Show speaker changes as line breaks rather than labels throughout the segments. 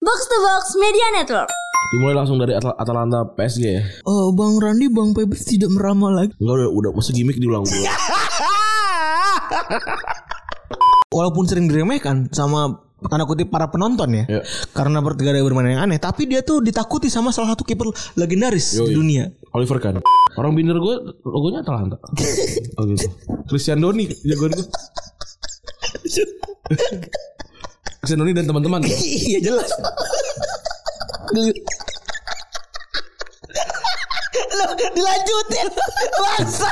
Box to Box Media Network.
Dimulai langsung dari Atal- Atalanta PSG ya.
Oh, Bang Randi, Bang Pebis tidak meramal lagi.
Enggak udah udah masa gimmick diulang ulang
Walaupun sering diremehkan sama tanda kutip para penonton
Iya.
ya. Karena pertigaan bermain yang aneh, tapi dia tuh ditakuti sama salah satu kiper legendaris
Yoi.
di dunia.
Oliver kan. Orang binder gue logonya Atalanta. Oh gitu. Christian Doni jagoan gue. Christian Doni dan teman-teman.
iya jelas. Lo dilanjutin. Masa.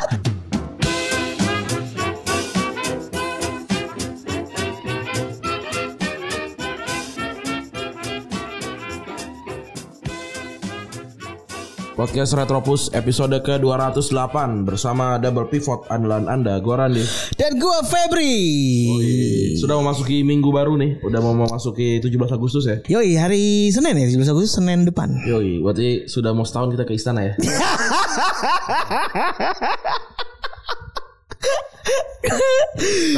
Podcast Retropus episode ke-208 bersama Double Pivot andalan Anda, gua Randi.
Dan gua Febri.
Sudah memasuki minggu baru nih, udah mau memasuki 17 Agustus ya.
Yoi, hari Senin ya, 17 Agustus Senin depan.
Yoi, berarti sudah mau setahun kita ke istana ya.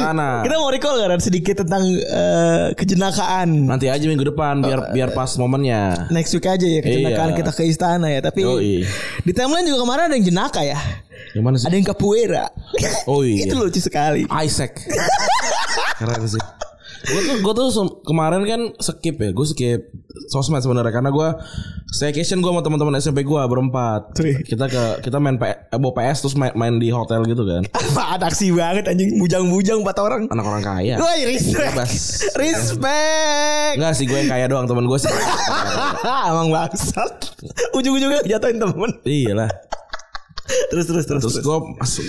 Nah, nah.
Kita mau recall gak Ran, sedikit tentang eh, kejenakaan.
Nanti aja minggu depan biar biar pas momennya.
Next week aja ya kejenakaan
Iya.
kita ke istana ya. Tapi
Yoi.
di timeline juga kemarin ada yang jenaka ya.
Yang mana sih?
Ada yang capoeira.
Oh iya.
Itu lucu sekali.
Isaac. Keren sih. Gue tuh, gua tuh sem- kemarin kan skip ya, gue skip sosmed sebenarnya karena gue staycation gue sama teman-teman SMP gue berempat.
Tuh.
Kita ke kita main P- eh, bawa PS terus main, main di hotel gitu kan.
Apaan aksi banget anjing bujang-bujang empat orang.
Anak orang kaya.
Woi respect.
Bebas.
Respect.
Enggak sih gue yang kaya doang teman gue sih. Iya.
Emang bangsat. Ujung-ujungnya jatuhin temen.
Iyalah.
Terus terus terus.
Terus gue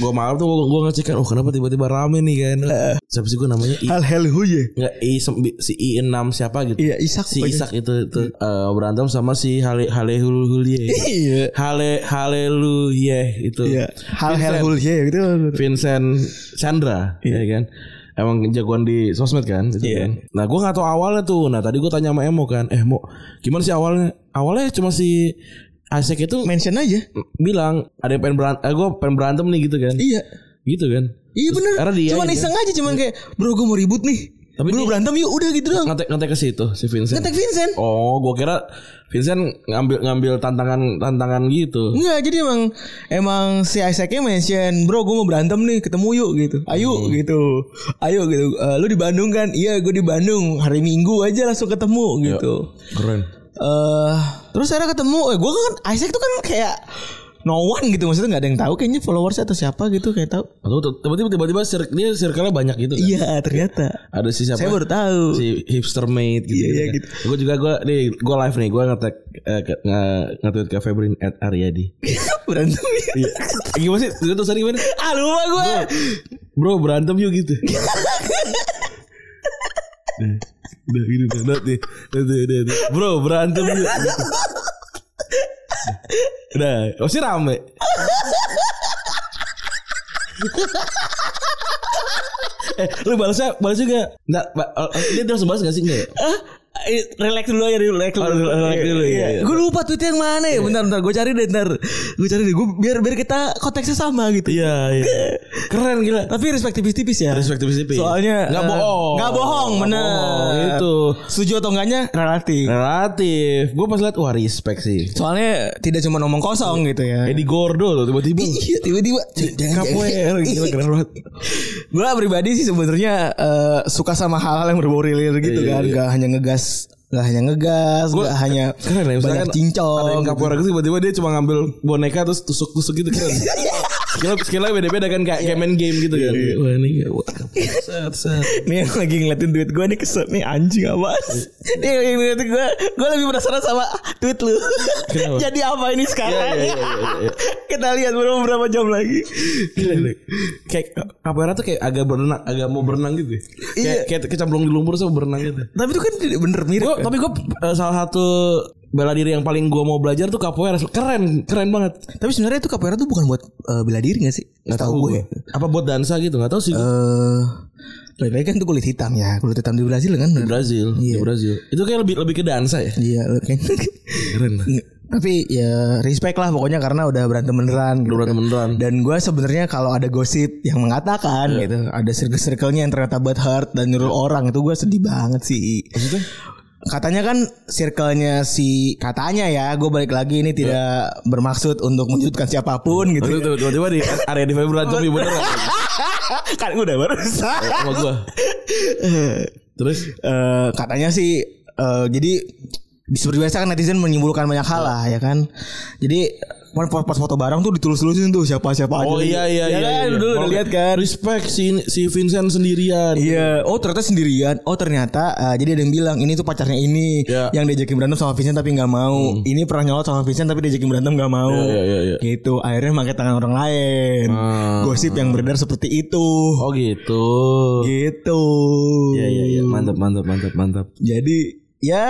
gue malam tuh gue ngecek kan, oh kenapa tiba-tiba rame nih kan?
Eh.
Siapa sih gue namanya? I,
Hal hal huye.
enggak, I, sem- si I6 siapa gitu?
Iya, Isak
si
pokoknya.
Isak itu itu eh, berantem sama si Hale Halehul Hulie.
Iya.
Hale Haleluya itu.
Iya. Hal hal huye gitu.
Vincent Chandra ya kan. Emang jagoan di sosmed kan gitu
Iya.
kan. Nah, gua nggak tahu awalnya tuh. Nah, tadi gua tanya sama Emo kan, "Eh, Mo, gimana sih awalnya?" Awalnya cuma si Isaac itu
Mention aja.
bilang ada yang pengen berantem, eh, gue pengen berantem nih gitu kan.
Iya.
Gitu kan.
Iya
Terus
bener
akhirnya dia
Cuman
aja.
iseng aja Cuman kayak Bro gue mau ribut nih
Tapi
Bro
dia-
berantem yuk Udah gitu doang
Ngetek ngetek ke situ si Vincent.
Ngetek Vincent
Oh, gua kira Vincent ngambil ngambil tantangan tantangan gitu.
Enggak jadi emang Emang si Isaacnya mention Bro gue mau berantem nih Ketemu yuk gitu Ayo gitu Ayo gitu "Eh, Lu di Bandung kan Iya gue di Bandung Hari Minggu aja langsung ketemu gitu
Keren.
eh Terus akhirnya ketemu Eh gue kan Isaac tuh kan kayak No one gitu Maksudnya gak ada yang tahu Kayaknya followers atau siapa gitu Kayak tahu
Atau tiba-tiba tiba-tiba sir- dia circle-nya banyak gitu kan.
Iya ternyata
Ada si siapa?
Saya baru tahu
si hipster mate gitu.
Iya, iya, gitu.
Gue juga gue nih gue live nih gue ngetek eh, ke- nge nge-tweet ke Febrin at Aryadi.
Berantem ya.
Iya. Gimana sih? Gue tuh sering banget.
Ah lupa gue
Bro berantem yuk gitu. Nah, Udah gini udah udah, nih. Udah, udah, udah, udah. nah, Bro berantem yuk. Gitu. Udah, masih rame. eh, lu balasnya balas juga. Enggak, oh, dia terus balas gak sih enggak? ya?
Ah, eh, relax dulu aja relax dulu.
Oh, relax- relax dulu, iya, iya.
Gue lupa tweetnya yang mana ya. Bentar bentar gue cari deh ntar. Gue cari deh. Gue biar biar kita konteksnya sama gitu.
Iya, iya. Keren gila.
Tapi respect tipis-tipis ya.
Respektif CP.
Soalnya
nggak
eh,
bohong. Nah.
Nggak bohong, bener.
itu.
Setuju atau enggaknya relatif.
Relatif. Gue pas liat wah respect sih.
Soalnya tidak cuma ngomong kosong gitu ya.
Eddie Gordo loh tiba-tiba.
Iya tiba-tiba
Kapoeira gila keren banget.
Gue pribadi sih sebenarnya eh, suka sama hal-hal yang berbau rilir gitu
Iya,
kan
iya.
Gak hanya ngegas Gak hanya ngegas
Gua-
Gak hanya
Keren ya
banyak cincong
Ada yang
gitu.
kapoeira gitu tiba-tiba dia cuma ngambil boneka terus tusuk-tusuk gitu keren. Skill skillnya beda-beda kan
Iya.
kayak kayak main game gitu kan. Wah ini kayak wah, set set.
Nih yang lagi ngeliatin tweet gue nih keset nih anjing apa? Nih yang lagi ngeliatin gue, gue lebih penasaran sama tweet lu.
Kenapa?
Jadi apa ini sekarang?
Iya, iya, iya, iya, iya.
Kita lihat berapa berapa jam lagi.
Kayak kapoeira tuh kayak agak berenang, agak mau berenang gitu. ya.
Iya.
Kayak kayak kecemplung di lumpur sama berenang gitu.
Tapi itu kan tidak bener mirip.
Gua-
kan?
tapi gue salah satu bela diri yang paling gue mau belajar tuh capoeira keren keren banget
Tapi sebenarnya itu capoeira tuh bukan buat eh, bela diri gak sih? Gak tahu ya. gue.
apa buat dansa gitu nggak tahu sih gua.
Eh, lebih baik kan tuh kulit hitam ya. Kulit hitam di Brazil kan.
di Brazil di Brazil itu kayak lebih lebih ke dansa ya
Iya, kan.
keren
Nge- tapi ya respect lah pokoknya karena udah berantem beneran gitu.
berantem beneran.
dan gue sebenarnya kalau ada gosip
Iya.
yang mengatakan gitu ada circle circle-nya yang ternyata buat hurt dan nyuruh orang itu gue sedih banget sih
maksudnya
Katanya kan circle-nya si katanya ya, gue balik lagi ini tidak bermaksud untuk menunjukkan siapapun
Lalu
gitu. ya.
tiba- tiba-tiba di area di Februari berantem ibu beneran
kan gue udah barusan.
sama gua. Terus
Eh, katanya sih eh, jadi seperti biasa kan netizen menyimpulkan banyak hal lah ya kan. Jadi pas foto bareng tuh ditulis-tulisin tuh siapa siapa aja.
Oh iya iya iya.
Ya kan,
iya.
dulu udah
Oke.
lihat kan.
Respect si si Vincent sendirian.
Iya, oh ternyata sendirian. Oh ternyata eh, jadi ada yang bilang ini tuh pacarnya ini
Ya. Hmm.
yang diajakin berantem sama Vincent tapi nggak mau. Ini pernah nyolot sama Vincent tapi diajakin berantem nggak mau.
Iya, iya, iya, iya.
Gitu. Akhirnya pakai tangan orang lain.
Ah.
Gosip yang beredar seperti itu.
Oh gitu.
Gitu.
Iya iya iya. Mantap mantap mantap mantap.
Jadi ya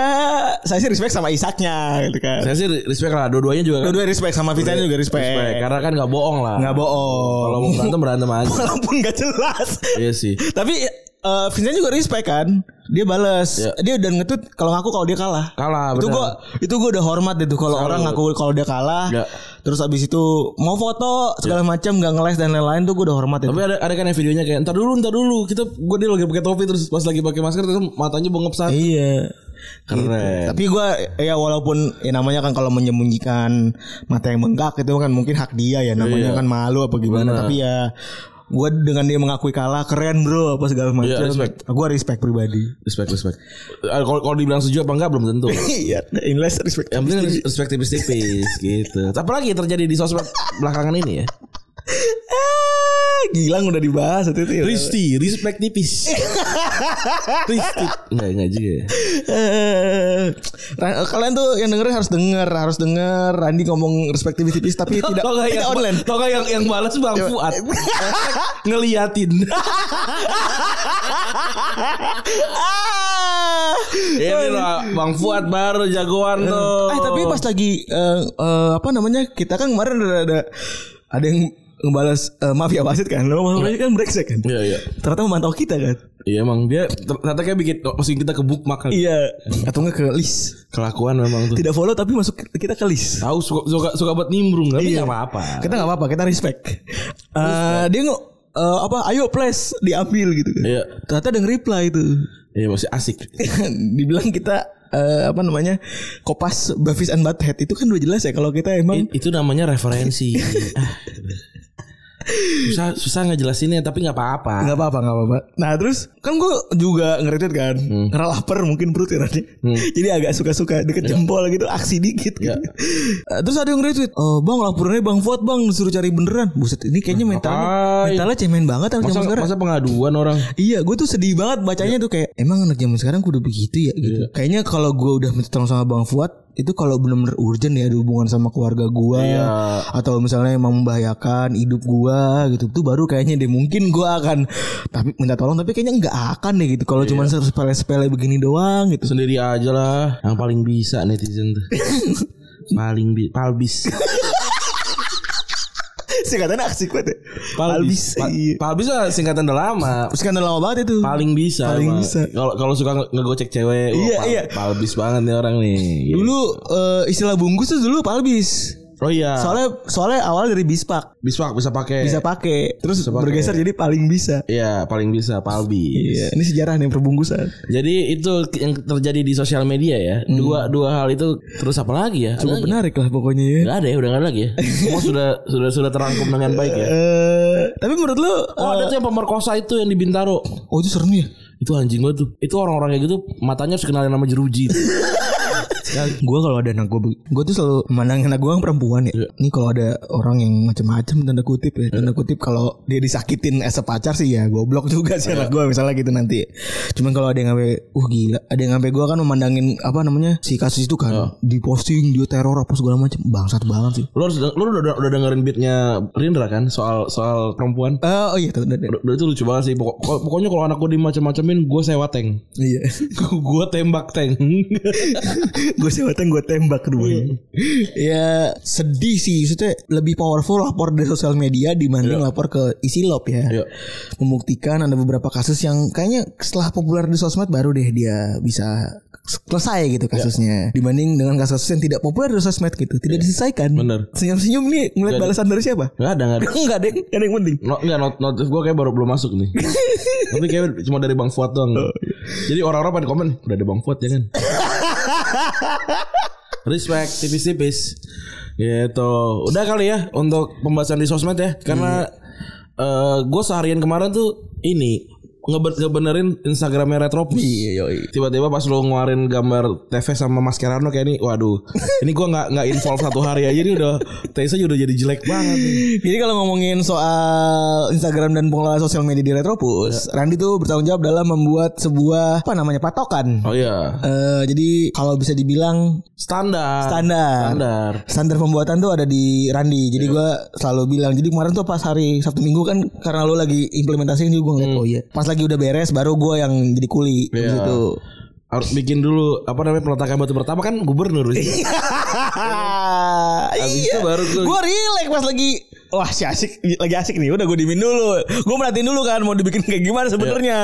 saya sih respect sama Isaknya gitu kan.
Saya sih respect lah dua-duanya juga kan.
Dua-dua respect sama Vincent juga respect.
Respect, Karena kan nggak bohong lah.
Nggak bohong.
Kalau mau berantem berantem aja.
Walaupun nggak jelas.
Iya sih.
tapi eh, Vincent juga respect kan. Dia balas.
Iya.
Dia udah ngetut kalau ngaku kalau dia kalah.
Kalah
itu
bener.
gue itu gue udah hormat itu kalau
Salut.
orang ngaku kalau dia kalah
Ya.
terus abis itu mau foto segala macam nggak ngeles dan lain-lain tuh gue udah hormat itu
Tapi ada ada kan yang videonya kayak ntar dulu ntar dulu kita gue dia lagi pakai topi terus pas lagi pakai masker terus matanya bengep satu.
iya
Keren.
tapi gue ya walaupun ya namanya kan kalau menyembunyikan mata yang bengkak itu kan mungkin hak dia ya namanya
Iya.
kan malu apa gimana
Benar.
tapi ya gue dengan dia mengakui kalah keren bro apa segala macam
Iya, respect.
gue respect pribadi
Respect respect. Eh, Kalau kalau dibilang setuju apa enggak belum tentu.
iya inles respect
Yang penting respect tipis-tipis gitu. Apalagi yang terjadi di sosmed belakangan ini ya.
Ah, Gilang udah dibahas itu itu ya.
Risti, respect tipis. Risti. Enggak, enggak juga ya.
Eh, Ra- kalian tuh yang dengerin harus denger, harus denger Randi ngomong respect tipis-tipis tapi tidak
Tau gak
tidak
yang,
online.
tau gak yang, yang balas Bang Fuad. Ngeliatin.
Ah.
Ini lah Bang Fuad baru jagoan tuh.
Eh tapi pas lagi eh, eh, apa namanya? Kita kan kemarin ada ada, ada yang ngebalas eh, maaf ya wasit kan. Lo maaf ya, kan brengsek kan.
Iya, iya.
Ternyata memantau kita kan.
Iya emang dia ternyata kayak bikin masukin kita ke bookmark kali.
Iya. Atau enggak ke list.
Kelakuan memang tuh.
Tidak follow tapi masuk ke- kita ke list.
Tahu suka, suka suka buat nimbrung tapi
Iya.
enggak apa-apa.
Kita nggak apa-apa, kita respect. Eh dia nggak eh, apa? Ayo please diambil gitu kan.
Iya.
Ternyata ada yang reply itu.
Iya masih asik.
Dibilang kita eh, apa namanya? Kopas Bavis and Butthead itu kan udah jelas ya kalau kita emang
It- itu namanya referensi. Ah. susah susah ngejelasinnya tapi nggak apa-apa.
nggak apa-apa nggak apa-apa. Nah terus kan gue juga ngeretweet kan, karena lapar mungkin perut ya tadi. Jadi agak suka-suka deket jempol gitu, aksi dikit. Gitu.
Iya.
Eh, terus ada yang retweet, oh bang laporannya bang Fuad bang disuruh cari beneran. Buset ini kayaknya mentalnya
Ngapain?
mentalnya cemen banget sama
Masa
zaman sekarang.
masa pengaduan orang.
Iya, gue tuh sedih banget bacanya tuh kayak emang anak zaman sekarang kudu begitu ya gitu. Kayaknya kalau gue udah minta tolong sama Bang Fuad itu kalau bener-bener urgent ya ada hubungan sama keluarga gue
Iya.
atau misalnya emang membahayakan hidup gue gitu tuh baru kayaknya deh mungkin gue akan tapi minta tolong tapi kayaknya nggak akan deh gitu kalau cuman sepele-sepele begini doang gitu.
Sendiri aja lah yang paling bisa netizen tuh. paling bi palbis.
Singkatannya aksi kuat ya.
Pa-
iya.
palbis lah singkatan udah lama.
Singkatan lama banget itu.
Paling bisa.
Paling
emang.
bisa.
Kalau kalau suka nge- ngegocek cewek, wah,
Iya, iya.
palbis banget nih orang nih. Gitu.
Dulu eh, istilah bungkus tuh dulu palbis.
Oh iya.
Soalnya soalnya awal dari bispak.
bispak bisa pakai.
bisa pakai terus
Bisa pakai.
bergeser jadi paling bisa
Iya, paling bisa palbis.
Iya, ini sejarah nih perbungkusan.
Jadi itu yang terjadi di sosial media ya. Dua dua hal itu terus apa lagi ya?
Cukup menarik lah pokoknya ya.
Enggak ada ya, udah enggak ada lagi ya. Semua sudah sudah sudah terangkum dengan baik ya.
Eh, tapi menurut lu
Oh, ada tuh yang pemerkosa itu yang di Bintaro.
oh itu serem ya?
Itu anjing gua tuh. Itu orang-orang kayak gitu matanya harus kenalin nama jeruji.
Gue Ya, kalau ada anak gue, gue tuh selalu memandang anak gue yang perempuan ya. Ini kalau ada orang yang macam-macam tanda kutip ya, tanda kutip kalau dia disakitin as a pacar sih ya, goblok juga sih anak gue misalnya gitu nanti. Cuman kalau ada yang sampai, uh gila, ada yang sampai gue kan memandangin apa namanya si kasus itu kan, diposting dia teror apa segala macam, bangsat banget sih.
lu harus lu udah, udah dengerin beatnya Rindra kan soal soal perempuan.
Eh, oh iya, tuh, tuh, tuh.
Udah, udah itu lucu banget sih. Pokok- pokok- pokoknya kalau anak gua dimacam-macamin gua sewa tank.
iya.
gua tembak tank.
gue sewatan gue tembak dulu ya sedih sih maksudnya lebih powerful lapor dari sosial media dibanding lapor ke isi lop ya
Iya.
membuktikan ada beberapa kasus yang kayaknya setelah populer di sosmed baru deh dia bisa selesai gitu kasusnya dibanding dengan kasus-kasus yang tidak populer di sosmed gitu tidak diselesaikan
Bener.
senyum-senyum nih ngeliat balasan dari siapa
Enggak ada enggak ada.
Enggak ada yang- nggak ada yang penting
No, enggak not, notif gue kayak baru belum masuk nih. Tapi kayak cuma dari Bang Fuad doang. Jadi orang-orang pada komen udah ada Bang Fuad ya kan. Respect tipis-tipis. Gitu. Udah kali ya untuk pembahasan di sosmed ya. Karena eh, gue seharian kemarin tuh ini ngebet ngebenerin Instagramnya Retropus.
Iya, yoi.
Tiba-tiba pas lu ngeluarin gambar TV sama Mas Kerano kayak ini, waduh. ini gue nggak nggak involve satu hari aja ini udah Tesa udah jadi jelek banget. nih.
Jadi kalau ngomongin soal Instagram dan pengelolaan sosial media di Retropus, Randi tuh bertanggung jawab dalam membuat sebuah apa namanya patokan.
Oh iya.
Eh, jadi kalau bisa dibilang
Standar.
standar.
Standar.
Standar pembuatan tuh ada di Randi. Jadi gua selalu bilang. Jadi kemarin tuh pas hari Sabtu Minggu kan karena lu lagi implementasiin jadi gua ngeliat oh iya. Pas lagi udah beres baru gua yang jadi kuli
Iya.
gitu.
Harus bikin dulu apa namanya peletakan batu pertama kan gubernur. Abis itu
iya.
baru tuh-
Gua relax pas lagi wah si asik lagi asik nih. Udah gua dimin dulu. Gua merhatiin dulu kan mau dibikin kayak gimana
Iya.
sebenarnya.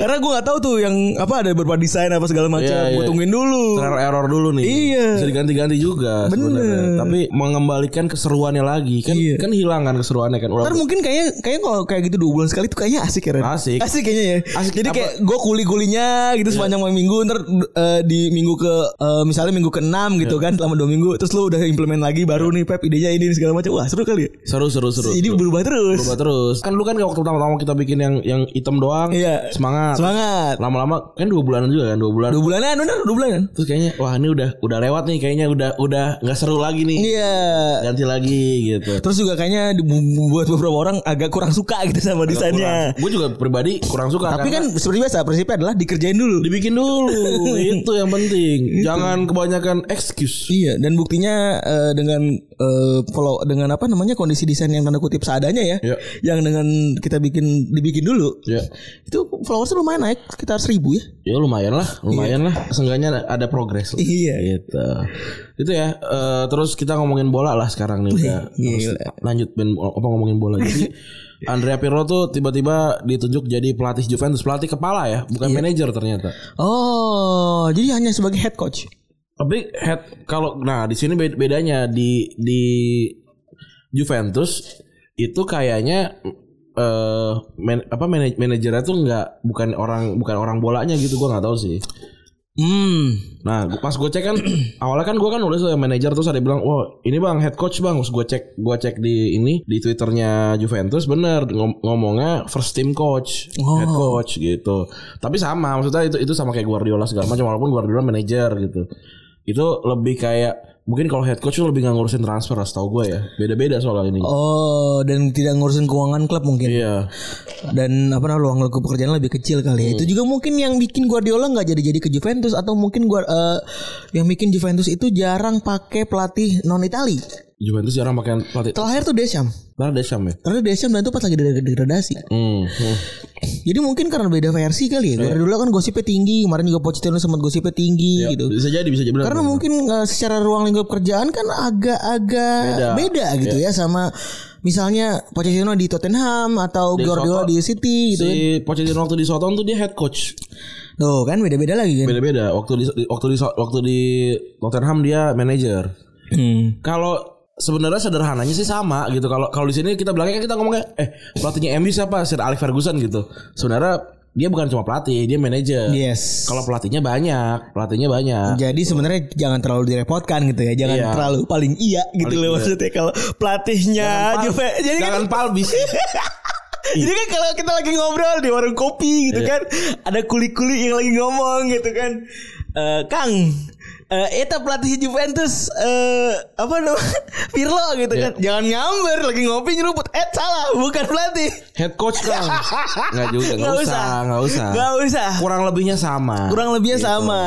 Karena gua nggak tahu tuh yang apa ada beberapa desain apa segala macam.
Iya,
Gua
iya.
tungguin dulu.
Trial error dulu nih.
Iya.
Bisa diganti-ganti juga sebenarnya. Tapi mengembalikan keseruannya lagi kan
Iya.
kan hilang kan keseruannya kan ulang.
Ntar mungkin kayaknya kayaknya kalau kayak gitu dua bulan sekali tuh kayaknya asik ya Ren.
Asik.
Asik kayaknya ya.
Asik.
Jadi
Apa- Iya.
kayak gue kuli-kulinya gitu sepanjang minggu ntar eh, di minggu ke eh, misalnya minggu ke-6
Iya.
gitu kan selama dua minggu terus lu udah implement lagi baru nih Pep idenya ini ini, segala macam. Wah, seru kali ya.
Seru seru seru.
Jadi berubah terus.
Berubah terus. Kan lu kan waktu pertama-tama kita bikin yang yang hitam doang.
Iya.
Semangat.
Semangat.
Lama-lama kan dua bulanan juga kan dua bulan.
Dua bulanan bener dua bulanan.
Terus kayaknya wah ini udah udah lewat nih kayaknya udah udah nggak seru lagi nih.
Iya.
Ganti lagi gitu.
Terus juga kayaknya di- buat beberapa orang agak kurang suka gitu sama desainnya.
Gue juga pribadi kurang suka.
Tapi
karena-
kan seperti biasa prinsipnya adalah dikerjain dulu.
dibikin dulu itu yang penting. Jangan kebanyakan excuse.
Iya, dan buktinya eh, dengan eh, follow dengan apa namanya kondisi desain yang tanda kutip seadanya ya,
Iya.
yang dengan kita bikin dibikin dulu,
Ya.
itu followersnya lumayan naik sekitar seribu ya.
Ya lumayan lah, lumayan lah. Seenggaknya ada progres. lah.
Iya.
Gitu. Itu ya. eh, terus kita ngomongin bola lah sekarang nih udah. Terus
Gila.
lanjut Ben apa ngomongin bola. Jadi Andrea Pirlo tuh tiba-tiba ditunjuk jadi pelatih Juventus, pelatih kepala ya, bukan manajer ternyata.
Oh, jadi hanya sebagai head coach.
Tapi head kalau nah di sini bed- bedanya di di Juventus itu kayaknya eh man- apa manaj- manajernya tuh nggak bukan orang bukan orang bolanya gitu gua nggak tahu sih.
Hmm.
Nah, gua- pas gue cek kan awalnya kan gue kan nulis tuh yang manajer terus ada yang bilang, "Wah, ini Bang head coach Bang." Terus gue cek gue cek di ini di Twitternya Juventus bener ngom- ngomongnya first team coach, head
Oh.
coach gitu. Tapi sama, maksudnya itu itu sama kayak Guardiola segala macam walaupun Guardiola manajer gitu. Itu lebih kayak mungkin kalau head coach tuh lebih nggak ngurusin transfer setahu gue ya. Beda-beda soal ini.
Oh, dan tidak ngurusin keuangan klub mungkin.
Iya.
Dan apa namanya luang lingkup pekerjaan lebih kecil kali ya.
Hmm.
Itu juga mungkin yang bikin Guardiola nggak jadi-jadi ke Juventus atau mungkin gua eh, yang bikin Juventus itu jarang pakai pelatih non Itali.
Juventus jarang pakai pelatih.
Terakhir tuh Deschamps.
Nah, Deschamps ya.
Karena Deschamps dan itu pas lagi degrad- degradasi.
Hmm. hmm.
Jadi mungkin karena beda versi kali ya.
Iya.
Guardiola kan gosipnya tinggi, kemarin juga Pochettino sempat gosipnya tinggi gitu.
Bisa jadi bisa jadi benar.
Karena mungkin eh, secara ruang lingkup kerjaan kan agak-agag
Beda. Iya.
beda, gitu ya sama misalnya Pochettino di Tottenham atau
Di
Guardiola
Soto-
di City gitu kan.
si Pochettino waktu di Soton tuh dia head coach.
Tuh kan beda-beda lagi kan.
beda-beda waktu di waktu di waktu di Tottenham dia manajer
Hmm.
kalau sebenarnya sederhananya sih sama gitu kalau kalau di sini kita bilangnya kan kita ngomongnya eh pelatihnya MU siapa Sir Alex Ferguson gitu sebenarnya dia bukan cuma pelatih dia manajer
Yes.
Gitu. kalau pelatihnya banyak pelatihnya banyak
Jadi sebenarnya jangan terlalu direpotkan gitu ya. Jangan
Iya.
terlalu paling iya gitu
Paling
loh
iya.
maksudnya kalau pelatihnya
Jangan
Juve.
pal-
Jadi kan
jangan palbis
Jadi kan kalau kita lagi ngobrol di warung kopi
Iya.
gitu kan, ada kuli-kuli yang lagi ngomong gitu kan. Eh Kang, eh eta pelatih Juventus eh apa namanya? Pirlo gitu
Iya.
kan. Jangan nyamber lagi ngopi nyeruput. Eh salah, bukan pelatih.
head coach kan nggak juga nggak
Nggak
usah nggak usah
Gak usah.
kurang lebihnya sama
Kurang lebihnya sama.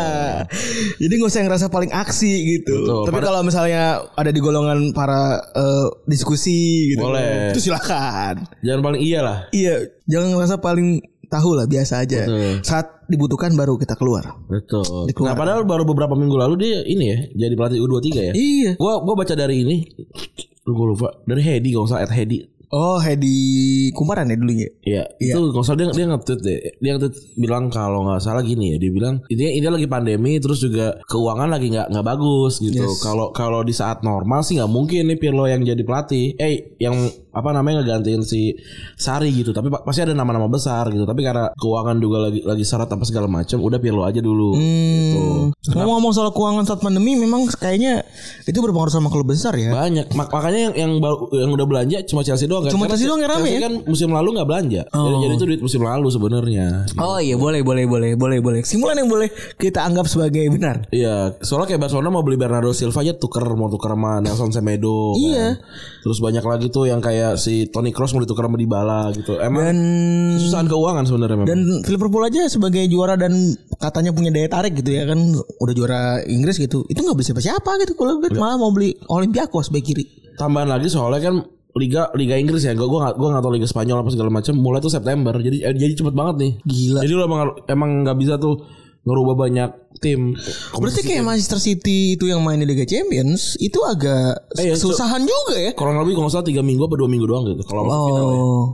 Jadi gak usah yang ngerasa paling aksi gitu.
Betul.
Tapi
Pada-
kalau misalnya ada di golongan para eh, diskusi gitu.
Boleh.
Itu silakan.
jangan paling iya lah
Iya, jangan ngerasa paling tahu lah biasa aja.
Betul.
Saat dibutuhkan baru kita keluar.
betul nah
Dikeluarin.
padahal baru beberapa minggu lalu dia ini ya jadi pelatih U23 ya
Iya.
gua gua baca dari ini lu gua lupa dari Hedi kalau nggak salah at Hedi
Oh, Hedi Kumparan ya dulunya.
Iya, itu kalau nggak salah dia dia nge-tweet deh. Dia nge-tweet bilang kalau nggak salah gini ya, dia bilang intinya ini lagi pandemi terus juga keuangan lagi nggak nggak bagus gitu.
Yes.
Kalau kalau di saat normal sih nggak mungkin nih Pirlo yang jadi pelatih. Eh, yang apa namanya ngegantiin si Sari gitu tapi pa- pasti ada nama-nama besar gitu tapi karena keuangan juga lagi lagi syarat apa segala macam udah Pirlo aja dulu gitu
Hmm. Ngomong-ngomong soal keuangan saat pandemi memang kayaknya itu berpengaruh sama klub besar ya.
banyak Mak- makanya yang yang, baru- yang udah belanja cuma Chelsea doang kan
Cuma Chelsea doang yang rame
Chelsea
ya?
kan musim lalu nggak belanja jadi, jadi itu duit musim lalu sebenarnya
Oh iya boleh boleh boleh boleh boleh. Simulan yang boleh kita anggap sebagai benar.
Iya, soalnya kayak Barcelona mau beli Bernardo Silva aja tuker mau tuker sama Nelson Semedo. Iya. Terus banyak lagi tuh yang kayak si Toni Kroos mau ditukar sama Dybala gitu. Emang
Dan
susahan keuangan sebenarnya memang.
dan Liverpool aja sebagai juara dan katanya punya daya tarik gitu ya kan udah juara Inggris gitu. Itu nggak beli siapa-siapa gitu kalau gue malah mau beli Olympiakos back kiri.
Tambahan lagi soalnya kan Liga Liga Inggris ya, gue gua gak, gua gak tau Liga Spanyol apa segala macam. Mulai tuh September, jadi eh, jadi cepet banget nih.
Gila.
Jadi lu emang emang nggak bisa tuh ngerubah banyak tim.
Berarti kayak Manchester City itu yang main di Liga Champions itu agak
Eh, ya, so-
susahan juga ya.
Kurang lebih kalau nggak salah tiga minggu apa dua minggu doang gitu. Kalau masuk final ya.
Oh.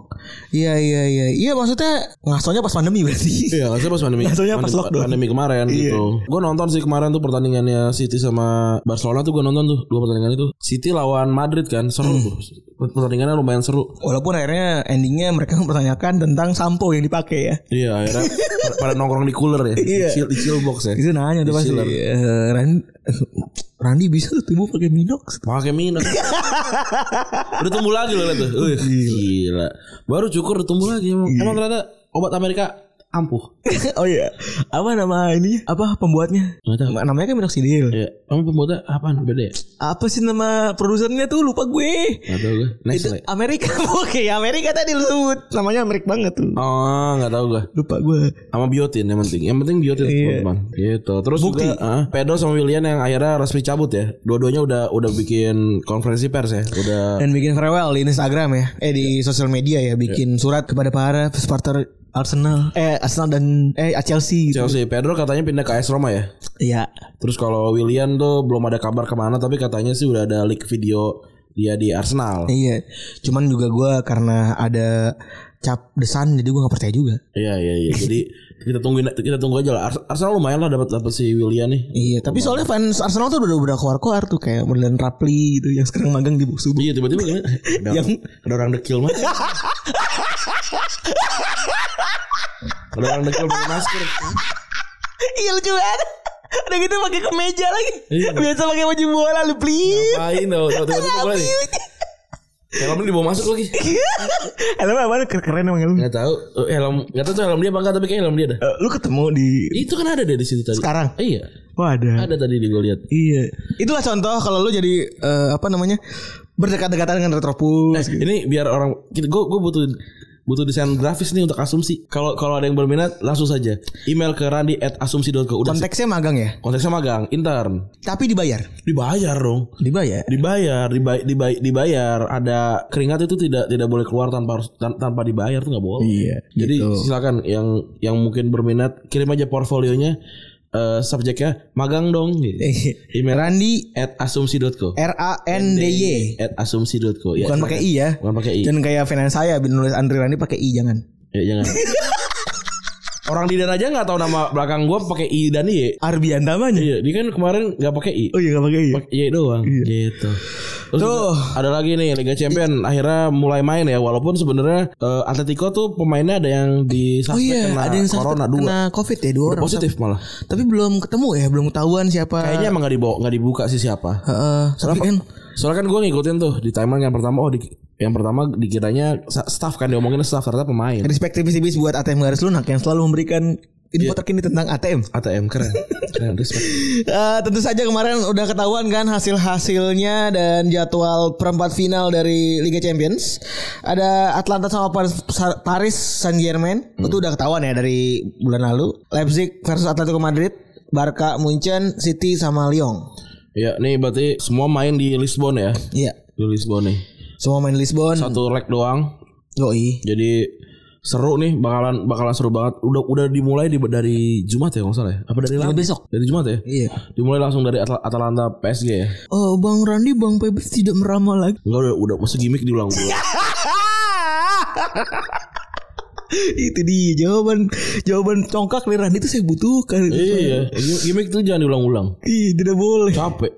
Iya iya iya. Iya maksudnya ngasonya pas pandemi berarti.
Iya, saya pas pandemi.
Jatuhnya pas
pandemi-
lockdown. Iya.
Pandemi kemarin gitu. Gue nonton sih kemarin tuh pertandingannya City sama Barcelona tuh gue nonton tuh dua pertandingan itu. City lawan Madrid kan seru
Hmm.
tuh. Pertandingannya lumayan seru.
Walaupun akhirnya endingnya mereka mempertanyakan tentang sampo yang dipakai ya.
Iya, akhirnya pada- pada nongkrong di cooler ya. Di, chill, di chill box ya.
Iya. Itu nah. nanya tuh pasti.
Disiler.
eh, Randi, Randi bisa tuh ibu pakai minox.
Pakai minum. Udah tumbuh lagi loh liat tuh. Wih, gila. Baru cukur udah tumbuh lagi
Iya.
emang. Emang ternyata obat Amerika ampuh.
oh iya. Apa nama ini? Apa pembuatnya?
Nggak tahu.
Ma- Namanya kan minoxidil.
Iya, emang pembuatnya apaan beda ya?
Apa sih nama produsernya tuh lupa gue.
Gak tau gue. Next
Itu Amerika. Oke, Amerika tadi lu sebut. Namanya Amerika banget tuh.
Oh, gak tau gue.
Lupa gue.
sama biotin yang penting yang penting biotin teman-teman gitu terus
Bukti.
juga ah, pedo sama William yang akhirnya resmi cabut ya dua-duanya udah udah bikin konferensi pers ya udah
Dan bikin farewell di Instagram ya. Eh di sosial media ya bikin surat kepada para supporter Arsenal. Eh Arsenal dan eh Chelsea gitu.
Chelsea Pedro katanya pindah ke AS Roma ya
Iya.
terus kalau William tuh belum ada kabar kemana tapi katanya sih udah ada leak video dia di Arsenal
Iya. Cuman juga gue karena ada cap desan jadi gue gak percaya juga.
iya iya iya jadi kita tungguin kita tunggu aja lah Ars- Arsenal lumayan lah dapat dapat si William nih
Iya, tapi soalnya fans Arsenal tuh udah udah keluar-keluar tuh kayak Merlin Rapli gitu yang sekarang magang di Buksu.
Iya tiba-tiba kan ada,
Yang-
ada orang dekil mah. ada orang dekil pakai masker.
iya lucu banget. Udah gitu pakai kemeja lagi.
Iya.
Biasa pakai baju bola lu please.
Ngapain tau
Iya,
Tiba-tiba mulai nih. Helmnya dibawa masuk lagi
Helm apa? Keren emang helm.
Gak tau Oh, eh, Helm Gak tau tuh helm dia apa enggak Tapi kayak helm dia dah
Eh, Lu ketemu di
Itu kan ada deh di situ tadi
Sekarang?
Iya
Wah
Ada tadi di gue liat
Iya. Itulah contoh kalau lu jadi eh, apa namanya? berdekat-dekatan dengan Retropus
Nah,
gitu.
Ini biar orang kita Gue gue butuh butuh desain grafis nih untuk asumsi. Kalau kalau ada yang berminat langsung saja email ke randi at asumsi.co. Udah
Konteksnya magang ya,
konteksnya magang intern
tapi dibayar.
dibayar dong
Dibayar.
dibayar dibay, dibay, dibayar ada keringat itu tidak tidak boleh keluar tanpa harus tan- tanpa dibayar tuh nggak boleh
Iya,
jadi
gitu.
silakan yang yang mungkin berminat kirim aja portfolionya eh subjeknya magang dong
Eh.
gitu. email
Randi
at asumsi.co
R A N D Y.
at asumsi.co ya, silakan.
Bukan pakai i ya.
bukan pakai i
Dan kayak finance saya nulis Andri Randi pakai i jangan.
ya, jangan orang di dan aja nggak tahu nama belakang gua pakai i dan i
Arbian tamanya.
iya dia kan kemarin nggak pakai i
Oh iya gak pakai i.
Pak iya doang gitu. Terus
Tuh.
ada lagi nih Liga Champion akhirnya mulai main ya walaupun sebenarnya eh, Atletico tuh pemainnya ada yang di
Oh iya,
kena
ada yang sakit
corona dua
kena Covid ya dua orang.
positif malah.
Tapi belum ketemu ya, belum ketahuan siapa.
Kayaknya emang nggak dibawa nggak dibuka sih siapa.
Heeh, tapi kan
Soalnya kan gue ngikutin tuh di timeline yang pertama oh di, yang pertama dikiranya sa- staff kan diomongin staff ternyata pemain.
respect tipis-tipis buat ATM garis lunak yang selalu memberikan
Iya.
info terkini tentang ATM.
ATM keren. keren respect.
Eh, tentu saja kemarin udah ketahuan kan hasil-hasilnya dan jadwal perempat final dari Liga Champions. Ada Atlanta sama Paris, Paris Saint Germain. Itu udah ketahuan ya dari bulan lalu. Leipzig versus Atletico Madrid, Barca Munchen, City sama Lyon.
Iya nih berarti semua main di Lisbon ya.
Iya.
Di Lisbon nih.
Semua main Lisbon.
Satu leg doang
Yoi.
Jadi seru nih bakalan bakalan seru banget. Udah udah dimulai di, dari Jumat ya kalau nggak salah ya. Apa dari Rabu?
besok.
Dari Jumat ya?
Iya.
Dimulai langsung dari Atal- Atalanta PSG ya.
Oh, Bang Randi, Bang Pebbles tidak meramal lagi.
Enggak udah udah masa gimmick diulang-ulang.
itu dia jawaban jawaban congkak dari Randi itu saya butuhkan.
iya, iya. Gimmick tuh jangan diulang-ulang.
Ih, tidak boleh.
Capek.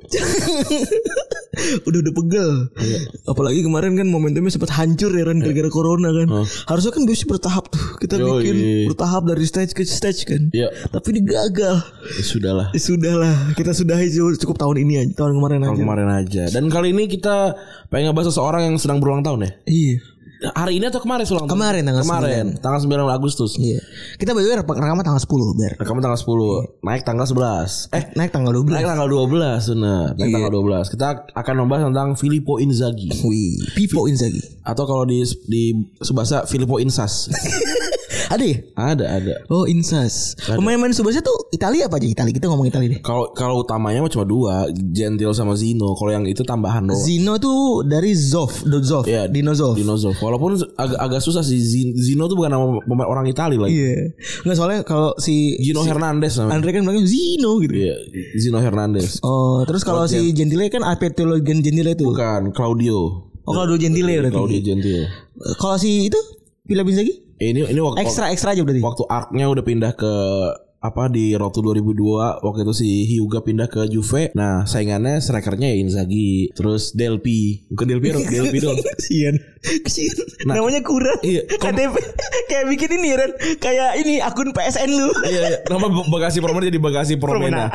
udah udah pegel.
Iya.
Apalagi kemarin kan momentumnya sempat hancur ya Ren gara-gara corona kan. Harusnya kan biasanya bertahap tuh. Kita
Yoi.
bikin bertahap dari stage ke stage kan.
Iya.
Tapi digagal.
Ya, sudahlah.
Ya, sudahlah, kita sudahi cukup tahun ini aja, tahun kemarin aja.
Tahun kemarin aja. Dan kali ini kita pengen ngebahas seseorang yang sedang berulang tahun ya.
Iya.
Hari ini atau kemarin ulang tahun?
Kemarin, tanggal
Kemarin, tanggal 9 Agustus.
Iya. Kita by the way rekaman tanggal 10, Ber. Eh,
Rekaman tanggal 10, naik tanggal 11. Eh,
Naik tanggal 12.
naik tanggal 12 benar. Naik tanggal 12. Kita akan membahas tentang Filippo Inzaghi
Wih, Pipo Inzaghi.
atau kalau di di sebahasa Filippo Insas.
Ada ya?
ada, ada.
Oh, Insas. Pemain-pemain Subasa tuh Italia apa aja? Italia. Kita ngomong Italia deh.
Kalau kalau utamanya mah cuma dua, Gentil sama Zino. Kalau yang itu tambahan doang.
Zino tuh dari Zov,
Oh.
Dozov,
Iya,
Dino Zov.
Dinozov. Walaupun agak agak susah sih Zin- Zino tuh bukan nama pemain orang Italia lagi.
Iya. Enggak soalnya kalau si
Gino Hernandez namanya.
Andre kan bilangnya Zino gitu.
Iya, Zino Hernandez.
Oh, terus kalau si Gentile kan Alberto Gentile tuh.
Bukan Claudio.
Oh, kalau dua
Claudio
Gentile berarti.
Gentile.
Kalau si itu Pila Inzaghi?
Eh, Ini ini waktu
Ekstra ekstra aja berarti.
waktu arc-nya udah pindah ke apa di Roto 2002 waktu itu si Hyuga pindah ke Juve. Nah, saingannya strikernya ya Inzaghi, terus Delpi. Bukan Delpi, Delpi dong.
Kesian. Kesian. Namanya kurang.
Iya,
KTP kayak bikin ini Ren, kayak ini akun PSN lu.
Iya, iya. Nama Be- Bekasi Promena jadi Bekasi Promena.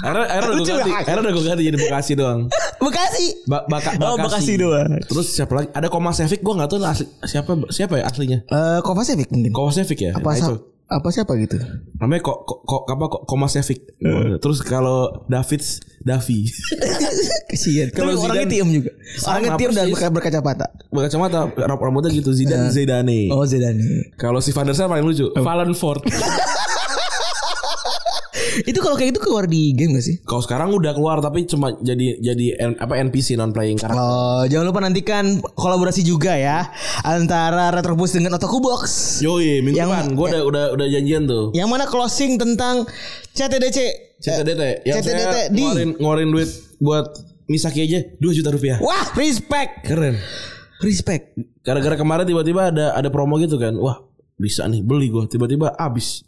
Akhirnya akhirnya udah gue
Lucu
ganti,
banget.
akhirnya udah gue ganti jadi Bekasi doang.
Bekasi.
Ba Baka-
Oh, Bekasi doang.
Terus siapa lagi? Ada Komasevic gue nggak tahu asli, siapa siapa ya aslinya.
Eh, Kovacevic mungkin.
Komasevic ya.
apa
Nah, itu.
sa- apa siapa gitu?
Namanya kok kok ko, apa kok Komasevic.
Eh.
Terus kalau David Davi.
Kesian. Kalau
Kalau
orangnya
Zidane-
tiem juga.
Sama
Orangnya tiem dan
persis.
berka- berkacamata.
Berkacamata rambut rambutnya gitu Zidane Zidane.
Oh, Zidane.
Kalau si Van der Sar paling lucu, Valen Ford.
itu kalau kayak itu keluar di game gak sih?
Kalau sekarang udah keluar tapi cuma jadi jadi N- apa NPC non playing karakter.
Oh, jangan lupa nantikan kolaborasi juga ya antara Retrobus dengan Otaku Box.
Yoi, minggu
Yang-
depan gue udah udah udah janjian tuh.
Yang mana closing tentang CTDC.
CTDT yang
CTDT
saya
di-
ngeluarin, ngeluarin duit buat Misaki aja 2 juta rupiah.
Eh, Wah, respect.
Keren.
Respect.
Gara-gara kemarin tiba-tiba ada ada promo gitu kan. Wah, bisa nih beli gua tiba-tiba habis.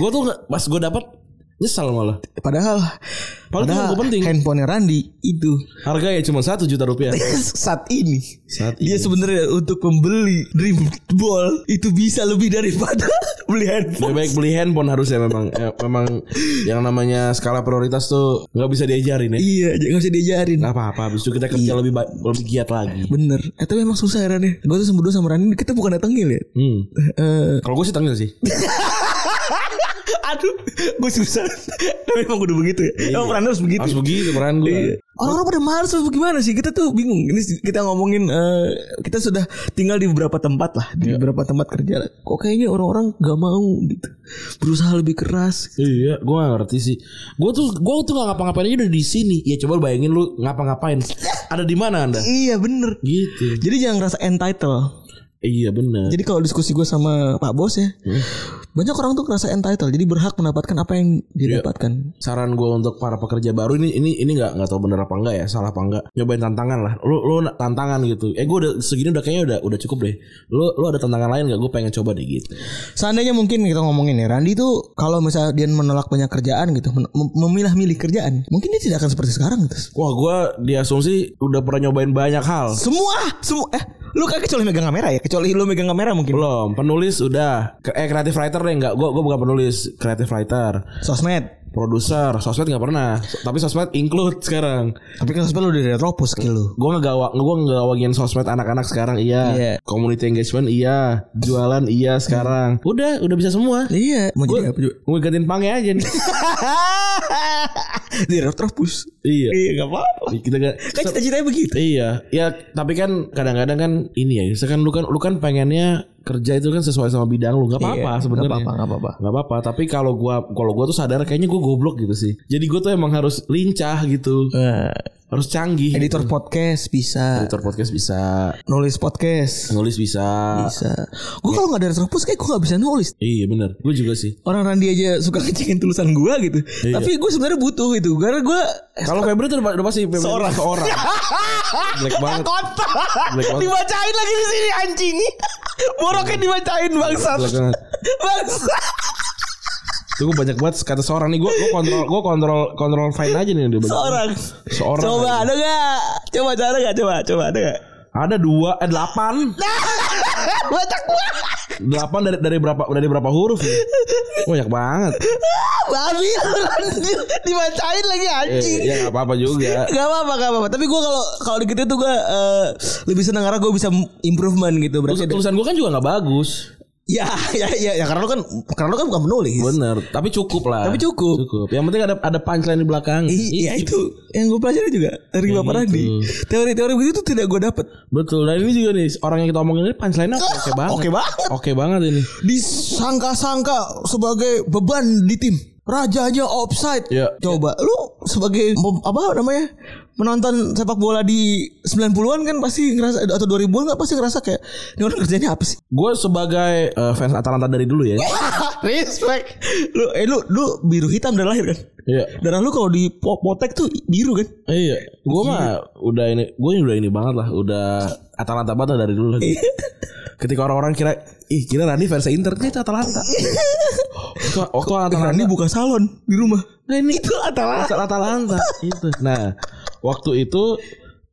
gua tuh nggak pas gua dapat nyesal malah.
Padahal
Padahal itu penting.
handphonenya Randi itu
Harganya ya cuma 1 juta rupiah.
saat ini
Saat
dia
ini.
sebenarnya untuk membeli Dream Ball itu bisa lebih daripada beli handphone.
Lebih baik beli handphone harusnya memang Eh, memang yang namanya skala prioritas tuh nggak bisa diajarin ya.
Iya, jangan usah diajarin.
Nggak apa-apa, habis itu kita kerja lebih ba- lebih giat lagi.
Bener. Eh, tapi emang susah ya Gue tuh sembunyi sama Rani kita bukan datengin ya.
Hmm.
Eh,
Kalau gue sih tanggal sih.
aduh, gue susah. tapi emang udah begitu ya. Emang peran harus begitu. ya? Iya.
Harus begitu peran gue.
Orang-orang pada males apa gimana sih? Kita tuh bingung. Ini kita ngomongin eh, kita sudah tinggal di beberapa tempat lah, di beberapa tempat kerja. Kok kayaknya orang-orang gak mau gitu. Berusaha lebih keras.
Iya, gue gak ngerti sih. Gue tuh gue tuh gak ngapa-ngapain aja udah di sini. Ya coba bayangin lu ngapa-ngapain. Ada di mana anda?
Iya, bener.
Gitu.
Jadi jangan ngerasa entitled.
Iya benar.
Jadi kalau diskusi gue sama Pak Bos ya, banyak orang tuh ngerasa entitled. Jadi berhak mendapatkan apa yang didapatkan.
Saran gue untuk para pekerja baru ini ini ini nggak nggak tahu bener apa enggak ya salah apa enggak nyobain tantangan lah lu lu na- tantangan gitu eh gue udah segini udah kayaknya udah udah cukup deh lu lu ada tantangan lain nggak gue pengen coba deh gitu
Seandainya mungkin kita ngomongin ya, Randi tuh kalau misalnya dia menolak banyak kerjaan gitu, men- mem- memilah-milih kerjaan, mungkin dia tidak akan seperti sekarang gitu.
wah gue diasumsi udah pernah nyobain banyak hal
Semua, semua. Eh, lu kan kecuali megang kamera ya, kecuali lu megang kamera mungkin.
belum penulis udah Ke- eh creative writer deh nggak gue gue bukan penulis creative writer
Sosmed.
produser sosmed nggak pernah tapi sosmed include sekarang
Tapi kan sosmed lu udah retropus skill lu.
gue ngegawa gue ngegawangin sosmed anak-anak sekarang iya
Iya.
community engagement iya jualan iya sekarang udah udah bisa semua
Iya, mau jadi apa juga.
gue gantiin pange ya aja nih
Di retropus.
iya
gak apa-apa.
kita gak
Kan cita-citanya begitu.
Iya, ya tapi kan kadang-kadang kan ini ya, misalkan lu kan lu kan pengennya kerja itu kan sesuai sama bidang lu, nggak apa-apa
Iya,
sebenarnya.
nggak apa-apa, nggak apa-apa.
Nggak apa-apa, tapi kalau gua kalau gua tuh sadar kayaknya gua goblok gitu sih. Jadi gua tuh emang harus lincah gitu,
Eh,
harus canggih.
editor podcast bisa,
Editor podcast bisa,
nulis podcast
nulis bisa.
bisa. Gue kalau nggak ada retropus kayak gue nggak bisa nulis.
Iya bener, gue juga sih.
Orang Randi aja suka ngecengin tulisan gue gitu.
Iya.
Tapi gue sebenarnya butuh gitu karena gue
Kalau Febri tuh udah udah pasti Febri
Seorang.
seorang. Black banget.
kota
Black banget.
dibacain lagi di sini anjing boroknya dibacain bangsat
Black banget.
bangsat
Itu gue banyak banget kata seorang nih gue gue kontrol gue kontrol kontrol fine aja nih dia banyak.
Seorang.
Seorang.
Coba
aja.
ada nggak? Coba ada nggak? Coba coba ada nggak?
Ada dua eh delapan
Banyak gua.
delapan dari dari berapa dari berapa huruf ya? Banyak banget.
Babi lu lanjut. dibacain lagi
Eh,
anjing.
ya nggak apa-apa juga.
Gak apa-apa, gak apa-apa. Tapi gue kalau kalau gitu tuh gue eh, lebih senang karena gue bisa improvement gitu.
Terus
Berarti ada-
tulisan gue kan juga nggak bagus.
ya, ya, ya, ya, karena lu kan karena lu kan bukan penulis.
Bener, tapi cukup lah.
Tapi cukup.
Cukup. Yang penting ada ada punchline di belakang.
I- Iya itu yang gue pelajari juga dari Bapak Randi. Teori-teori begitu tuh tidak gue dapet.
Betul. Dan ini juga nih orang yang kita omongin ini punchline-nya oke oke banget.
Oke banget.
Oke banget ini.
Disangka-sangka sebagai beban di tim. Rajanya offside.
Iya.
Coba lu sebagai mem- apa namanya? Menonton sepak bola di 90-an kan pasti ngerasa atau 2000-an nggak pasti ngerasa kayak ini orang kerjanya apa sih?
Gue sebagai eh, fans Atalanta dari dulu ya.
Respect. Lu eh lu lu biru hitam dari lahir kan?
Iya.
Darah lu kalau di po- potek tuh biru kan?
Eh, Iya. Gue mah udah ini gue udah ini banget lah. Udah Atalanta banget lah dari dulu. lagi. Ketika orang-orang kira ih kira Rani versi Inter ternyata Atalanta. Waktu, waktu Atalanta
Randi buka salon di rumah.
Nah, ini
Itu Atalanta.
Asal Atalanta itu. Nah, waktu itu